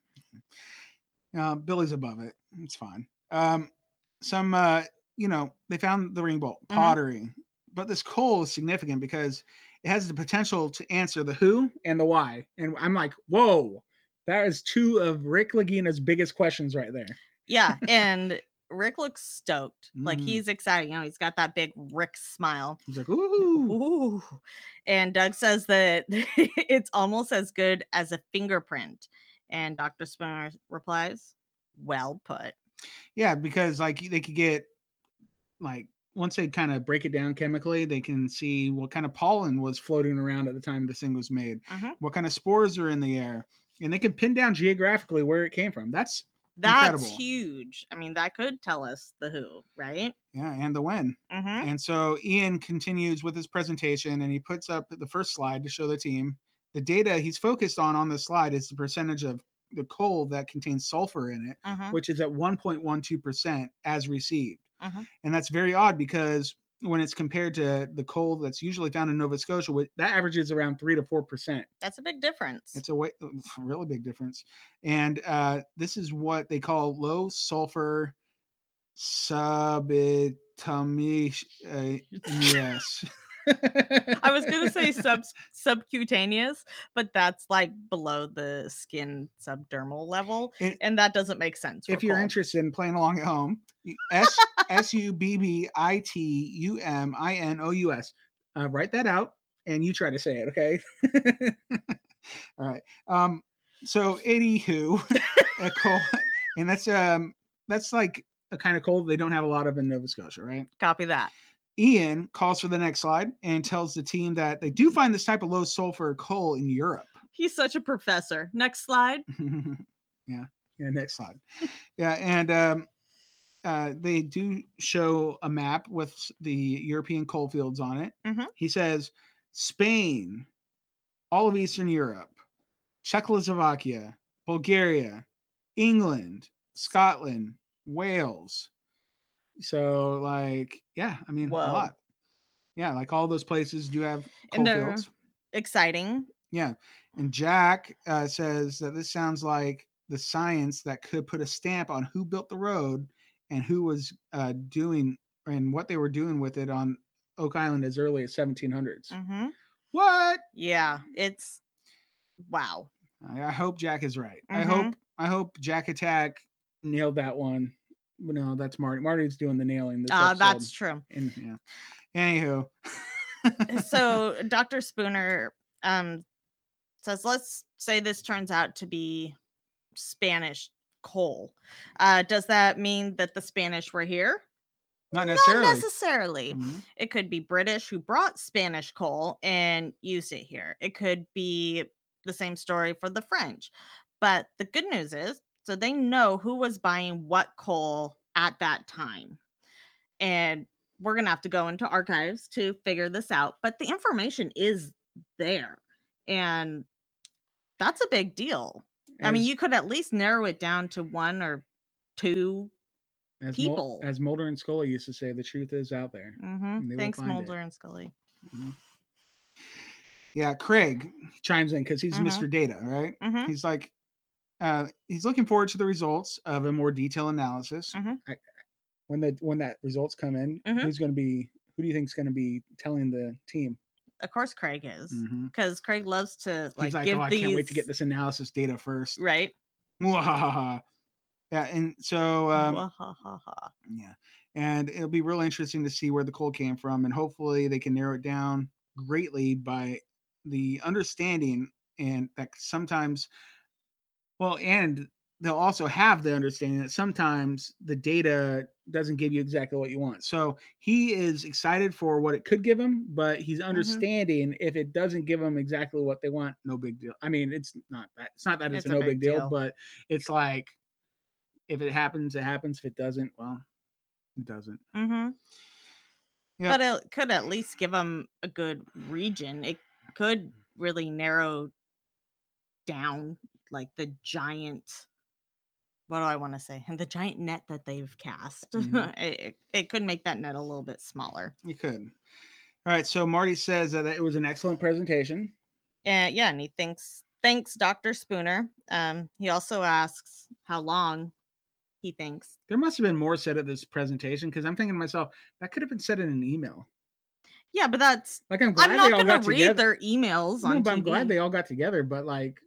Speaker 3: Uh, Billy's above it. It's fine. Um, some, uh, you know, they found the ring bolt
Speaker 2: Mhm.
Speaker 3: pottery, but this coal is significant because it has the potential to answer the who and the why. And I'm like, whoa, that is two of Rick Lagina's biggest questions right there.
Speaker 2: Yeah, and Rick looks stoked. Like
Speaker 3: Mm.
Speaker 2: he's excited. You know, he's got that big Rick smile.
Speaker 3: He's like, ooh,
Speaker 2: Ooh. And Doug says that it's almost as good as a fingerprint. And Dr. Spooner replies, Well put.
Speaker 3: yeah, because like they could get, like, once they kind of break it down chemically, they can see what kind of pollen was floating around at the time this thing was made,
Speaker 2: Mhm.
Speaker 3: what kind of spores are in the air, and they can pin down geographically where it came from. That's
Speaker 2: That's
Speaker 3: Incredible.
Speaker 2: huge. I mean, that could tell us the who, right?
Speaker 3: Yeah, and the when.
Speaker 2: Mm-hmm.
Speaker 3: And so Ian continues with his presentation and he puts up the first slide to show the team. The data he's focused on on this slide is the percentage of the coal that contains sulfur in it,
Speaker 2: Uh-huh.
Speaker 3: which is at 1.12% as received.
Speaker 2: Mhm.
Speaker 3: And that's very odd because when it's compared to the coal that's usually found in Nova Scotia, wh- that averages around 3 to 4%.
Speaker 2: That's a big difference.
Speaker 3: It's a way, really big difference. And uh, this is what they call low sulfur subatomic. Uh, yes.
Speaker 2: I was gonna say sub subcutaneous, but that's like below the skin subdermal level,
Speaker 3: And
Speaker 2: and that doesn't make sense. for
Speaker 3: if you're
Speaker 2: coal.
Speaker 3: interested in playing along at home, you- S S U B B I T U M I N O U S. Uh, Write that out, and you try to say it. Okay. All right. Um. So, anywho, a coal, and that's um that's like a kind of coal they don't have a lot of in Nova Scotia, right?
Speaker 2: copy that.
Speaker 3: Ian calls for the next slide and tells the team that they do find this type of low sulfur coal in Europe.
Speaker 2: He's such a professor. Next slide.
Speaker 3: yeah. Yeah. Next slide. Yeah. And um, uh, they do show a map with s- the European coal fields on it.
Speaker 2: Mhm.
Speaker 3: He says Spain, all of Eastern Europe, Czechoslovakia, Bulgaria, England, Scotland, Wales. So, like, yeah, I mean, a
Speaker 2: Whoa.
Speaker 3: lot. Yeah, like all those places do have coal
Speaker 2: And they're-
Speaker 3: fields.
Speaker 2: Exciting.
Speaker 3: Yeah. And Jack uh, says that this sounds like the science that could put a stamp on who built the road and who was uh, doing and what they were doing with it on Oak Island as early as 1700s.
Speaker 2: hmm
Speaker 3: What?
Speaker 2: Yeah, it's wow.
Speaker 3: I, I hope Jack is right. I
Speaker 2: Mm-hmm.
Speaker 3: hope I hope Jack Attack nailed that one. No, that's Marty. Marty's doing the nailing. This
Speaker 2: Uh,
Speaker 3: episode.
Speaker 2: that's true.
Speaker 3: and, yeah. Anywho,
Speaker 2: So Dr. Spooner um, says, let's say this turns out to be Spanish coal. Uh, does that mean that the Spanish were here?
Speaker 3: not
Speaker 2: Not
Speaker 3: necessarily.
Speaker 2: necessarily.
Speaker 3: Mhm.
Speaker 2: It could be British who brought Spanish coal and used it here. It could be the same story for the French. But the good news is, so they know who was buying what coal at that time. And we're going to have to go into archives to figure this out. But the information is there. And that's a big deal. I mean,
Speaker 3: As-
Speaker 2: you could at least narrow it down to one or 2
Speaker 3: as Mul-
Speaker 2: people-
Speaker 3: as Mulder and Scully used to say, the truth is out there.
Speaker 2: Mhm.
Speaker 3: they will
Speaker 2: Thanks,
Speaker 3: find it.
Speaker 2: Mulder and Scully.
Speaker 3: Yeah, Craig chimes in because he's
Speaker 2: Mhm.
Speaker 3: Mr. Data, right?
Speaker 2: Mhm.
Speaker 3: He's like, uh, he's looking forward to the results of a more detailed analysis.
Speaker 2: Mhm.
Speaker 3: I, when the when that results come in,
Speaker 2: Mhm.
Speaker 3: who's going to be? Who do you think's going to be telling the team?
Speaker 2: Of course, Craig is.
Speaker 4: Mm-hmm.
Speaker 3: Mhm.
Speaker 2: because Craig loves to like,
Speaker 3: he's like,
Speaker 2: give
Speaker 3: oh, I
Speaker 2: these
Speaker 3: can't wait to get this analysis data first.
Speaker 2: right.
Speaker 3: yeah, and so um,
Speaker 2: Oh, Wahahaha.
Speaker 3: yeah, and it'll be real interesting to see where the cold came from, and hopefully they can narrow it down greatly by the understanding and that sometimes, well, and they'll also have the understanding that sometimes the data doesn't give you exactly what you want. So he is excited for what it could give him, but he's understanding if it doesn't give him exactly what they want, no big deal. I mean, it's not that it's not that it's,
Speaker 2: It's
Speaker 3: a
Speaker 2: a
Speaker 3: no big
Speaker 2: big
Speaker 3: deal,
Speaker 2: deal.
Speaker 3: but it's like if it happens, it happens. If it doesn't, well, it doesn't.
Speaker 2: Mm-hmm.
Speaker 3: Yeah.
Speaker 2: But it could at least give them a good region. It could really narrow down like the giant. What do I want to say? And the giant net that they've cast.
Speaker 3: Mhm.
Speaker 2: it, it- it could make that net a little bit smaller.
Speaker 3: You could. All right. So Marty says that it was an excellent presentation.
Speaker 2: Uh, yeah, and he thinks thanks Dr. Spooner. Um, he also asks how long he thinks.
Speaker 3: There must have been more said at this presentation because I'm thinking to myself that could have been said in an email.
Speaker 2: Yeah, but that's
Speaker 3: Like I'm glad
Speaker 2: I'm
Speaker 3: they
Speaker 2: not
Speaker 3: all
Speaker 2: gonna
Speaker 3: got
Speaker 2: read
Speaker 3: together.
Speaker 2: their emails on
Speaker 3: No, but I'm glad
Speaker 2: TV.
Speaker 3: they all got together, but like,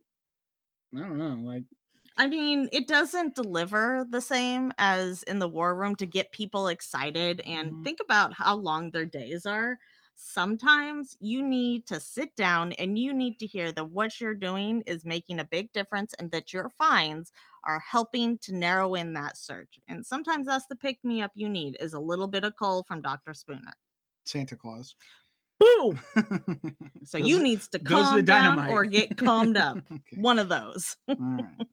Speaker 3: I don't know, like,
Speaker 2: I mean, it doesn't deliver the same as in the war room to get people excited and
Speaker 3: Mhm.
Speaker 2: think about how long their days are. Sometimes you need to sit down and you need to hear that what you're doing is making a big difference and that your finds are helping to narrow in that search. And sometimes that's the pick me up you need is a little bit of coal from Dr. Spooner.
Speaker 3: Santa Claus.
Speaker 2: Boom.
Speaker 3: okay.
Speaker 2: So
Speaker 3: Goes
Speaker 2: you
Speaker 3: the-
Speaker 2: needs to
Speaker 3: goes the
Speaker 2: calm down
Speaker 3: dynamite.
Speaker 2: or get calmed up.
Speaker 3: All
Speaker 2: One of those.
Speaker 3: right. All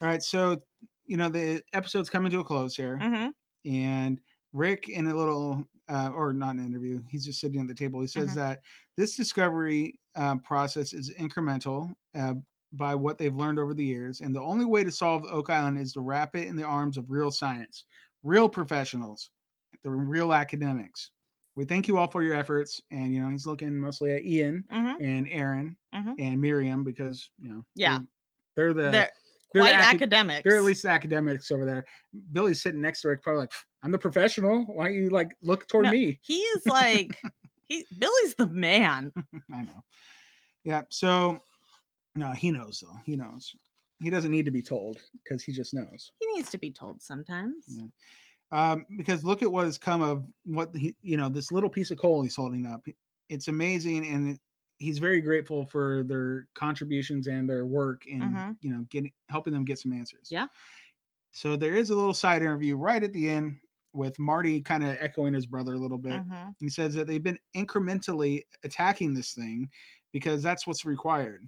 Speaker 3: right. So, you know, the episode's coming to a close here,
Speaker 2: Mhm.
Speaker 3: and Rick, in a little, uh, or not an interview, he's just sitting at the table. He says
Speaker 2: Mhm.
Speaker 3: that this discovery uh, process is incremental. Uh, by what they've learned over the years, and the only way to solve Oak Island is to wrap it in the arms of real science, real professionals, the real academics. We thank you all for your efforts, and you know he's looking mostly at Ian,
Speaker 2: Mhm.
Speaker 3: and Aaron
Speaker 2: Mhm.
Speaker 3: and Miriam because you know
Speaker 2: Yeah.
Speaker 3: they're, they're
Speaker 2: They're
Speaker 3: the they're,
Speaker 2: quite
Speaker 3: acad-
Speaker 2: academics.
Speaker 3: they're at least the academics over there. Billy's sitting next to Rick, probably like I'm the professional. Why don't you like look toward
Speaker 2: No.
Speaker 3: me?
Speaker 2: he is like he Billy's the man.
Speaker 3: I know. Yeah. So no, he knows though. He knows. He doesn't need to be told because he just knows.
Speaker 2: He needs to be told sometimes.
Speaker 3: Yeah. um, because look at what has come of what he, you know, this little piece of coal he's holding up. It's amazing, and it- he's very grateful for their contributions and their work in
Speaker 2: Mhm.
Speaker 3: you know getting helping them get some answers.
Speaker 2: Yeah.
Speaker 3: So there is a little side interview right at the end with Marty kind of echoing his brother a little bit.
Speaker 2: Mhm.
Speaker 3: He says that they've been incrementally attacking this thing because that's what's required.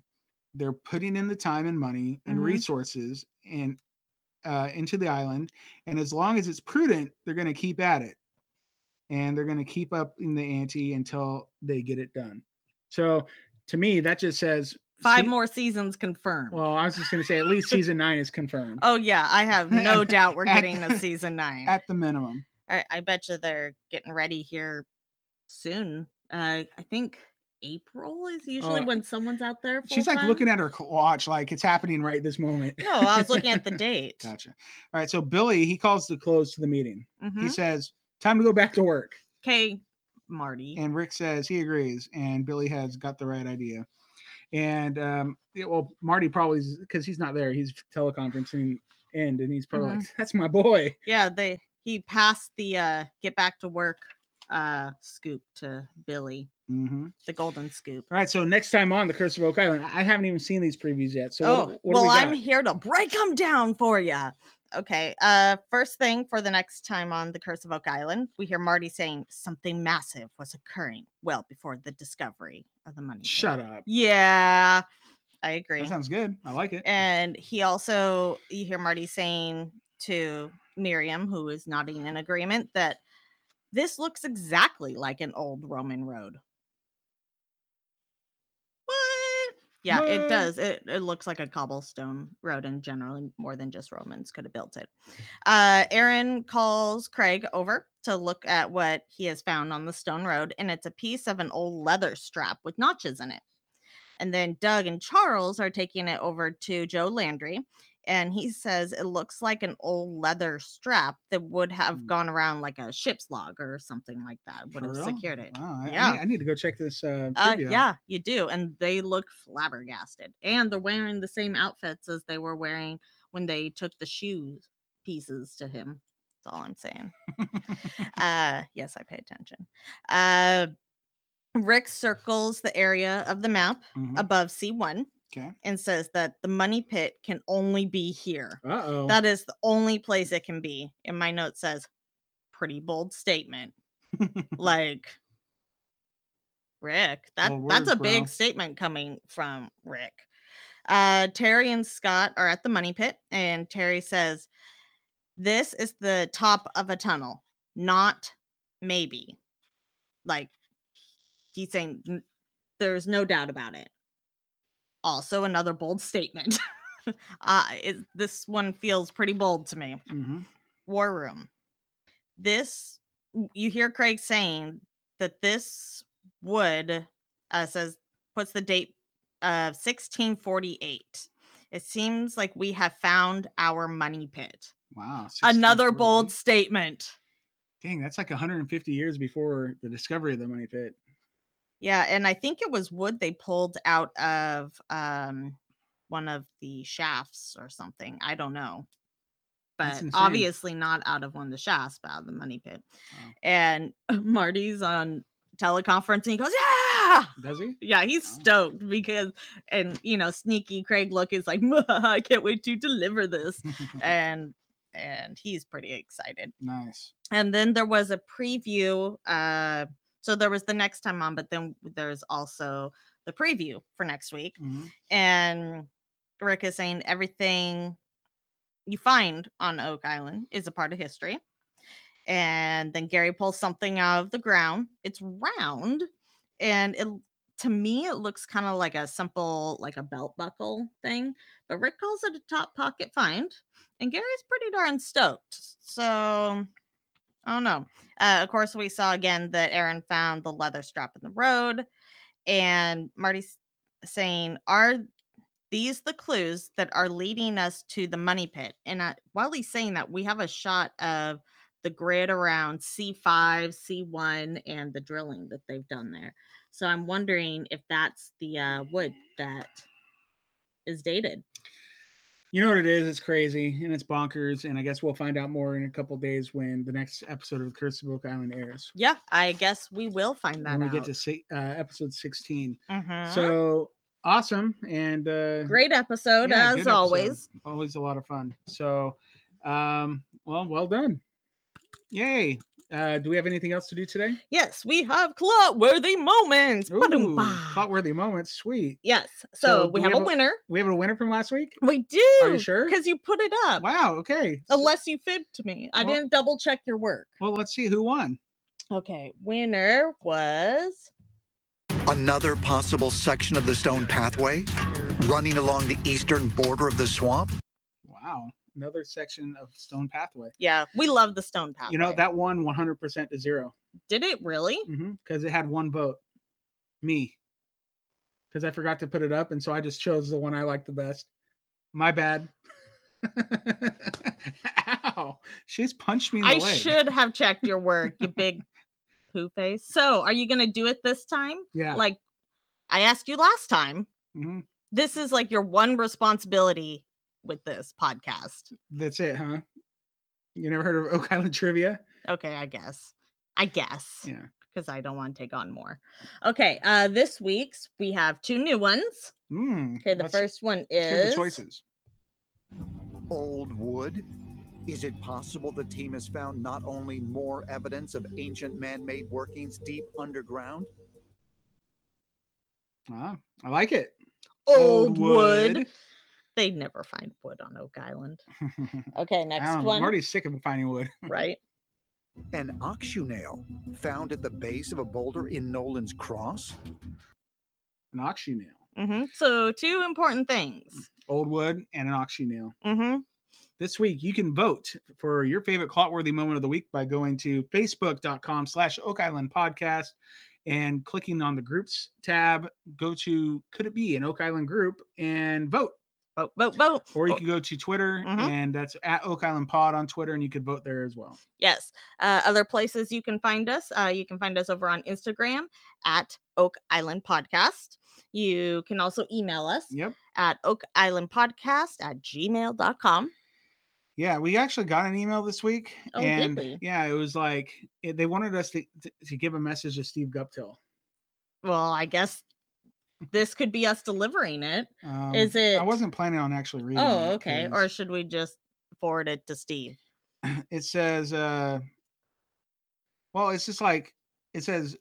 Speaker 3: They're putting in the time and money and
Speaker 2: Mhm.
Speaker 3: resources and uh, into the island, and as long as it's prudent, they're going to keep at it, and they're going to keep up in the ante until they get it done. So, to me, that just says
Speaker 2: Five
Speaker 3: se-
Speaker 2: more seasons confirmed.
Speaker 3: Well, I was just going to say at least season nine is confirmed
Speaker 2: oh yeah, I have no doubt we're
Speaker 3: At
Speaker 2: getting
Speaker 3: the-
Speaker 2: a season nine.
Speaker 3: at the minimum.
Speaker 2: I, I bet you they're getting ready here soon. Uh, I think April is usually
Speaker 3: Oh,
Speaker 2: when someone's out there.
Speaker 3: She's like looking at her cl- watch, like it's happening right this moment.
Speaker 2: No, I was looking at the date.
Speaker 3: Gotcha. All right. So Billy, he calls the close to the meeting. He
Speaker 2: Mhm.
Speaker 3: says, time to go back to work.
Speaker 2: Okay, Marty.
Speaker 3: And Rick says he agrees. And Billy has got the right idea. And um, yeah, well, Marty probably because he's not there, he's teleconferencing end, and he's probably
Speaker 2: Mm-hmm.
Speaker 3: like, that's my boy.
Speaker 2: yeah, they he passed the uh get back to work uh scoop to Billy,
Speaker 3: Mm-hmm.
Speaker 2: the golden scoop.
Speaker 3: All right. So next time on the Curse of Oak Island, I haven't even seen these previews yet. So
Speaker 2: oh,
Speaker 3: what, what
Speaker 2: well,
Speaker 3: do we got?
Speaker 2: I'm here to break them down for you. Okay. Uh, first thing for the next time on the Curse of Oak Island, we hear Marty saying something massive was occurring well before the discovery of the money.
Speaker 3: Shut up.
Speaker 2: Yeah, I agree.
Speaker 3: That sounds good. I like it.
Speaker 2: And he also, you hear Marty saying to Miriam, who is nodding in agreement, that this looks exactly like an old Roman road. What? Yeah,
Speaker 3: What?
Speaker 2: it does. It, it looks like a cobblestone road, and generally more than just Romans could have built it. Uh, Aaron calls Craig over to look at what he has found on the stone road, and it's a piece of an old leather strap with notches in it. And then Doug and Charles are taking it over to Joe Landry. And he says it looks like an old leather strap that would have
Speaker 3: Mm.
Speaker 2: gone around like a ship's log or something like that, would
Speaker 3: For
Speaker 2: have
Speaker 3: real?
Speaker 2: secured it.
Speaker 3: Wow, I- I, need-
Speaker 2: Yeah.
Speaker 3: I need to go check this. Uh,
Speaker 2: Uh,
Speaker 3: preview out.
Speaker 2: yeah, you do. And they look flabbergasted. And they're wearing the same outfits as they were wearing when they took the shoes pieces to him. That's all I'm saying. uh, yes, I pay attention. Uh, Rick circles the area of the map
Speaker 3: Mhm.
Speaker 2: above C1
Speaker 3: Okay.
Speaker 2: and says that the money pit can only be here.
Speaker 3: Uh oh.
Speaker 2: That is the only place it can be. And my note says, pretty bold statement. like, Rick, that,
Speaker 3: Bold
Speaker 2: that's
Speaker 3: words,
Speaker 2: a big
Speaker 3: bro.
Speaker 2: statement coming from Rick. Uh, Terry and Scott are at the money pit, and Terry says, This is the top of a tunnel, not maybe. Like, he's saying, "N- There's no doubt about it. Also, another bold statement. uh, it, this one feels pretty bold to me.
Speaker 3: Mhm.
Speaker 2: War Room. This w- you hear Craig saying that this would uh, says puts the date of 1648. It seems like we have found our money pit.
Speaker 3: Wow. 16
Speaker 2: Another
Speaker 3: forty.
Speaker 2: bold statement.
Speaker 3: Dang, that's like 150 years before the discovery of the money pit.
Speaker 2: Yeah, and I think it was wood they pulled out of um one of the shafts or something. I don't know.
Speaker 3: That's
Speaker 2: But
Speaker 3: insane.
Speaker 2: obviously not out of one of the shafts, but out of the money pit.
Speaker 3: Wow.
Speaker 2: And Marty's on teleconference and he goes, Yeah.
Speaker 3: Does he?
Speaker 2: Yeah, he's
Speaker 3: Wow.
Speaker 2: stoked because and you know, sneaky Craig look is like, "Mwah, I can't wait to deliver this. and and he's pretty excited
Speaker 3: nice.
Speaker 2: and then there was a preview uh so there was the next time on but then there's also the preview for next week
Speaker 3: Mhm.
Speaker 2: and rick is saying everything you find on oak island is a part of history and then gary pulls something out of the ground it's round and it to me it looks kind of like a simple like a belt buckle thing but rick calls it a top pocket find and gary's pretty darn stoked so I don't know. Uh, of course, we saw again that Aaron found the leather strap in the road, and Marty's saying, "Are these the clues that are leading us to the money pit?" And uh, while he's saying that, we have a shot of the grid around C five, C one, and the drilling that they've done there. So I'm wondering if that's the uh, wood that is dated.
Speaker 3: You know what it is? It's crazy and it's bonkers. And I guess we'll find out more in a couple days when the next episode of the Curse of Oak Island airs.
Speaker 2: Yeah, I guess we will find that
Speaker 3: When we
Speaker 2: out.
Speaker 3: get to si- uh, episode 16.
Speaker 2: Mhm.
Speaker 3: So awesome. And uh,
Speaker 2: Great episode
Speaker 3: Yeah, good
Speaker 2: as
Speaker 3: episode.
Speaker 2: always.
Speaker 3: Always a lot of fun. So, um, well, well done. Yay. Uh, do we have anything else to do today?
Speaker 2: Yes, we have clout-worthy moments. Ba-dum
Speaker 3: Ooh,
Speaker 2: ba.
Speaker 3: Thought worthy moments. Sweet.
Speaker 2: Yes,
Speaker 3: So
Speaker 2: so,
Speaker 3: do
Speaker 2: we
Speaker 3: we
Speaker 2: have a
Speaker 3: have a-
Speaker 2: winner.
Speaker 3: We have a winner from last week.
Speaker 2: We do.
Speaker 3: sure?
Speaker 2: Because you put it up.
Speaker 3: Wow. Okay. So-
Speaker 2: Unless you fibbed to me, I
Speaker 3: Well-
Speaker 2: didn't double check your work.
Speaker 3: well, let's see who won.
Speaker 2: Okay, winner was
Speaker 6: Another possible section of the stone pathway running along the eastern border of the swamp?
Speaker 3: Wow. Another section of Stone Pathway.
Speaker 2: yeah. We love the stone path.
Speaker 3: You know, that won 100% to zero
Speaker 2: did it really.
Speaker 3: because it had one vote. Me. Because I forgot to put it up. And so I just chose the one I liked the best. My bad. Ow. She's punched me in the
Speaker 2: I
Speaker 3: leg.
Speaker 2: should have checked your work, you big poo face. So, are you gonna do it this time?
Speaker 3: Yeah.
Speaker 2: Like I asked you last time.
Speaker 3: mhm.
Speaker 2: This is like your one responsibility with this podcast.
Speaker 3: That's it, huh? You never heard of Oak Island Trivia?
Speaker 2: Okay, I guess. I guess.
Speaker 3: Yeah.
Speaker 2: Because I don't want to take on more. Okay, uh this week's we have two new ones.
Speaker 3: Mm,
Speaker 2: Okay, the
Speaker 3: let's
Speaker 2: first one
Speaker 3: hear
Speaker 2: is
Speaker 3: the choices.
Speaker 6: Old wood? Is it possible the team has found not only more evidence of ancient man made workings deep underground?
Speaker 3: Wow, Ah, I like it.
Speaker 2: old wood. They never find wood on Oak Island. Okay,
Speaker 3: I
Speaker 2: next
Speaker 3: don't know,
Speaker 2: one.
Speaker 3: I'm already sick of finding wood.
Speaker 2: Right.
Speaker 6: An oxshoe nail found at the base of a boulder in Nolan's Cross?
Speaker 3: An oxy nail.
Speaker 2: hmm So two important things.
Speaker 3: Old wood and an oxy nail.
Speaker 2: hmm
Speaker 3: This week you can vote for your favorite clotworthy moment of the week by going to facebook.com slash Oak Island Podcast and clicking on the groups tab. Go to could it be an Oak Island group and vote.
Speaker 2: Vote, vote, vote.
Speaker 3: Or you
Speaker 2: vote.
Speaker 3: can go to Twitter
Speaker 2: Mhm.
Speaker 3: and that's at Oak Island Pod on Twitter and you could vote there as well.
Speaker 2: Yes. Uh, other places you can find us. Uh, you can find us over on Instagram at Oak Island Podcast. You can also email us
Speaker 3: Yep.
Speaker 2: at Oak Island Podcast at gmail.com.
Speaker 3: Yeah, we actually got an email this week,
Speaker 2: Oh, did
Speaker 3: and
Speaker 2: we?
Speaker 3: yeah, it was like it, they wanted us to, to to give a message to Steve Guptill.
Speaker 2: Well, I guess this could be us delivering it.
Speaker 3: Um,
Speaker 2: Is
Speaker 3: I
Speaker 2: it-
Speaker 3: wasn't planning on actually reading.
Speaker 2: Oh,
Speaker 3: it
Speaker 2: okay.
Speaker 3: 'cause
Speaker 2: Or should we just forward it to Steve?
Speaker 3: it says, uh, well, it's just like it says,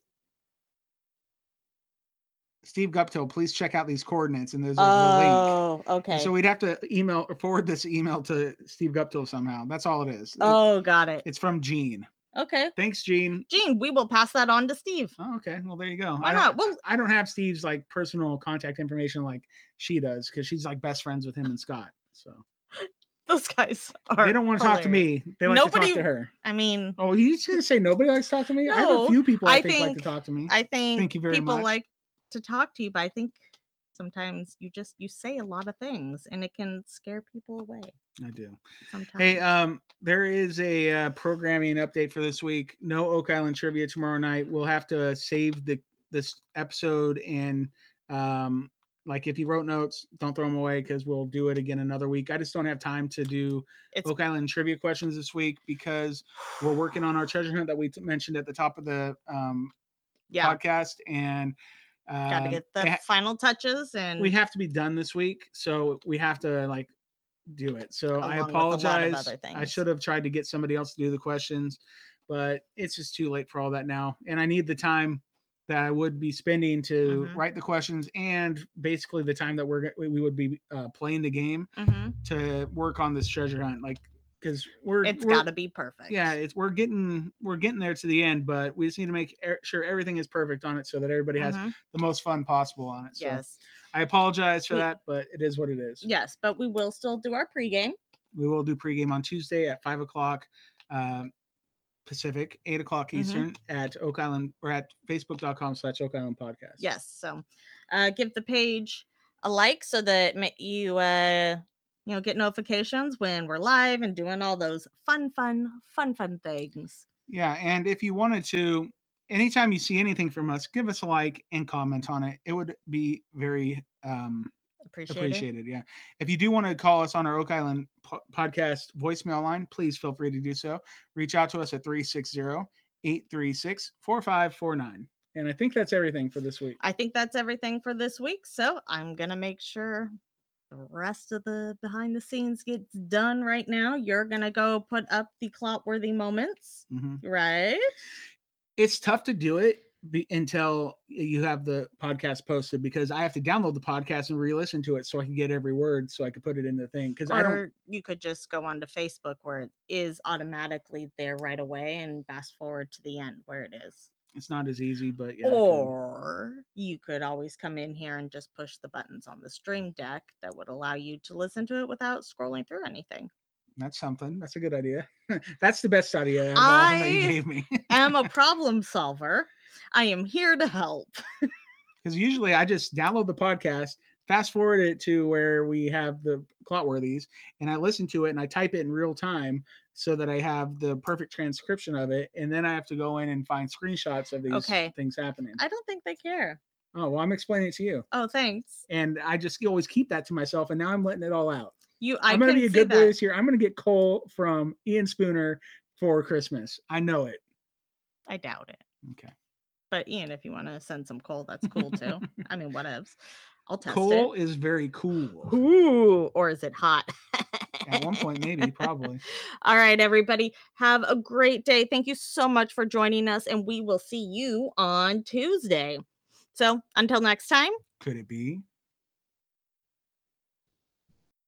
Speaker 3: Steve Guptill, please check out these coordinates, and there's a the link.
Speaker 2: Oh, okay.
Speaker 3: So we'd have to email or forward this email to Steve Guptill somehow. That's all it is. It-
Speaker 2: oh, got it.
Speaker 3: it's from Gene.
Speaker 2: Okay.
Speaker 3: Thanks, Gene.
Speaker 2: Gene, we will pass that on to Steve.
Speaker 3: Oh, okay. Well, there you go.
Speaker 2: Why
Speaker 3: I don't-
Speaker 2: not? Well,
Speaker 3: I don't have Steve's like personal contact information like she does because she's like best friends with him and Scott. So
Speaker 2: those guys are.
Speaker 3: they don't want to talk to
Speaker 2: hilarious.
Speaker 3: me. They like to
Speaker 2: Nobody-
Speaker 3: talk to her.
Speaker 2: I mean,
Speaker 3: Oh, you just gonna say nobody likes to talk to me? I have a
Speaker 2: No,
Speaker 3: few people I,
Speaker 2: I
Speaker 3: think, like to
Speaker 2: think-
Speaker 3: talk to me.
Speaker 2: I think
Speaker 3: Thank you very
Speaker 2: people
Speaker 3: much.
Speaker 2: like to talk to you, but I think sometimes you just you say a lot of things and it can scare people away
Speaker 3: I do.
Speaker 2: sometimes.
Speaker 3: Hey, um, there is a uh, programming update for this week. No Oak Island trivia tomorrow night. We'll have to save the this episode and um, like if you wrote notes, don't throw them away because we'll do it again another week. I just don't have time to do
Speaker 2: It's-
Speaker 3: Oak Island trivia questions this week because we're working on our treasure hunt that we t- mentioned at the top of the um,
Speaker 2: yeah,
Speaker 3: podcast and. Uh,
Speaker 2: got to get the
Speaker 3: it ha-
Speaker 2: final touches and
Speaker 3: we have to be done this week, so we have to like do it. So I
Speaker 2: Along with a lot of
Speaker 3: apologize.
Speaker 2: other
Speaker 3: I
Speaker 2: things.
Speaker 3: should have tried to get somebody else to do the questions, but it's just too late for all that now. And I need the time that I would be spending to
Speaker 2: Mhm.
Speaker 3: write the questions and basically the time that we're go- we would be uh, playing the game
Speaker 2: Mhm.
Speaker 3: to work on this treasure hunt, like because we're
Speaker 2: it's
Speaker 3: we're-
Speaker 2: got to be perfect.
Speaker 3: yeah it's we're getting we're getting there to the end but we just need to make er- sure everything is perfect on it so that everybody has
Speaker 2: Mhm.
Speaker 3: the most fun possible on it so
Speaker 2: Yes.
Speaker 3: I apologize for
Speaker 2: We-
Speaker 3: that, but it is what it is.
Speaker 2: Yes, but we will still do our pregame.
Speaker 3: We will do pregame on Tuesday at five o'clock um, Pacific, eight o'clock
Speaker 2: Mhm.
Speaker 3: Eastern at Oak Island or at facebook.com slash Oak Island Podcast.
Speaker 2: Yes. So uh, give the page a like so that ma- you uh, you know get notifications when we're live and doing all those fun, fun, fun, fun things.
Speaker 3: Yeah. And if you wanted to, anytime you see anything from us, give us a like and comment on it. It would be very um,
Speaker 2: Appreciate, it.
Speaker 3: appreciated. Yeah. If you do want to call us on our Oak Island po- podcast voicemail line, please feel free to do so. Reach out to us at 360 836 4549. And I think that's everything for this week.
Speaker 2: I think that's everything for this week. So I'm gonna make sure the rest of the behind the scenes gets done right now. You're gonna go put up the clotworthy moments,
Speaker 3: Mhm.
Speaker 2: right?
Speaker 3: It's tough to do it be, until you have the podcast posted because I have to download the podcast and re listen to it so I can get every word so I can put it in the thing. Because I don't,
Speaker 2: or you could just go onto Facebook where it is automatically there right away and fast forward to the end where it is.
Speaker 3: it's not as easy, but yeah. I can-
Speaker 2: or you could always come in here and just push the buttons on the stream deck that would allow you to listen to it without scrolling through anything.
Speaker 3: that's something. That's a good idea. that's the best idea out of all that you
Speaker 2: I
Speaker 3: gave me.
Speaker 2: I'm a problem solver. I am here to help.
Speaker 3: because usually I just download the podcast, fast forward it to where we have the clotworthies, and I listen to it and I type it in real time so that I have the perfect transcription of it, and then I have to go in and find screenshots of these
Speaker 2: Okay.
Speaker 3: things happening.
Speaker 2: I don't think they care.
Speaker 3: oh well, I'm explaining it to you,
Speaker 2: Oh, thanks.
Speaker 3: and I just always keep that to myself, and now I'm letting it all out.
Speaker 2: You, I
Speaker 3: I am gonna
Speaker 2: can
Speaker 3: be a
Speaker 2: see
Speaker 3: good boy
Speaker 2: that.
Speaker 3: this year. I'm gonna get coal from Ian Spooner for Christmas. I know it.
Speaker 2: I doubt it.
Speaker 3: Okay.
Speaker 2: But Ian, if you want to send some coal, that's cool too. I mean, whatevs. I'll test it.
Speaker 3: Coal is very cool.
Speaker 2: Ooh, or is it hot?
Speaker 3: At one point, maybe, probably.
Speaker 2: All right, everybody. Have a great day. Thank you so much for joining us, and we will see you on Tuesday. So until next time,
Speaker 3: Could it be?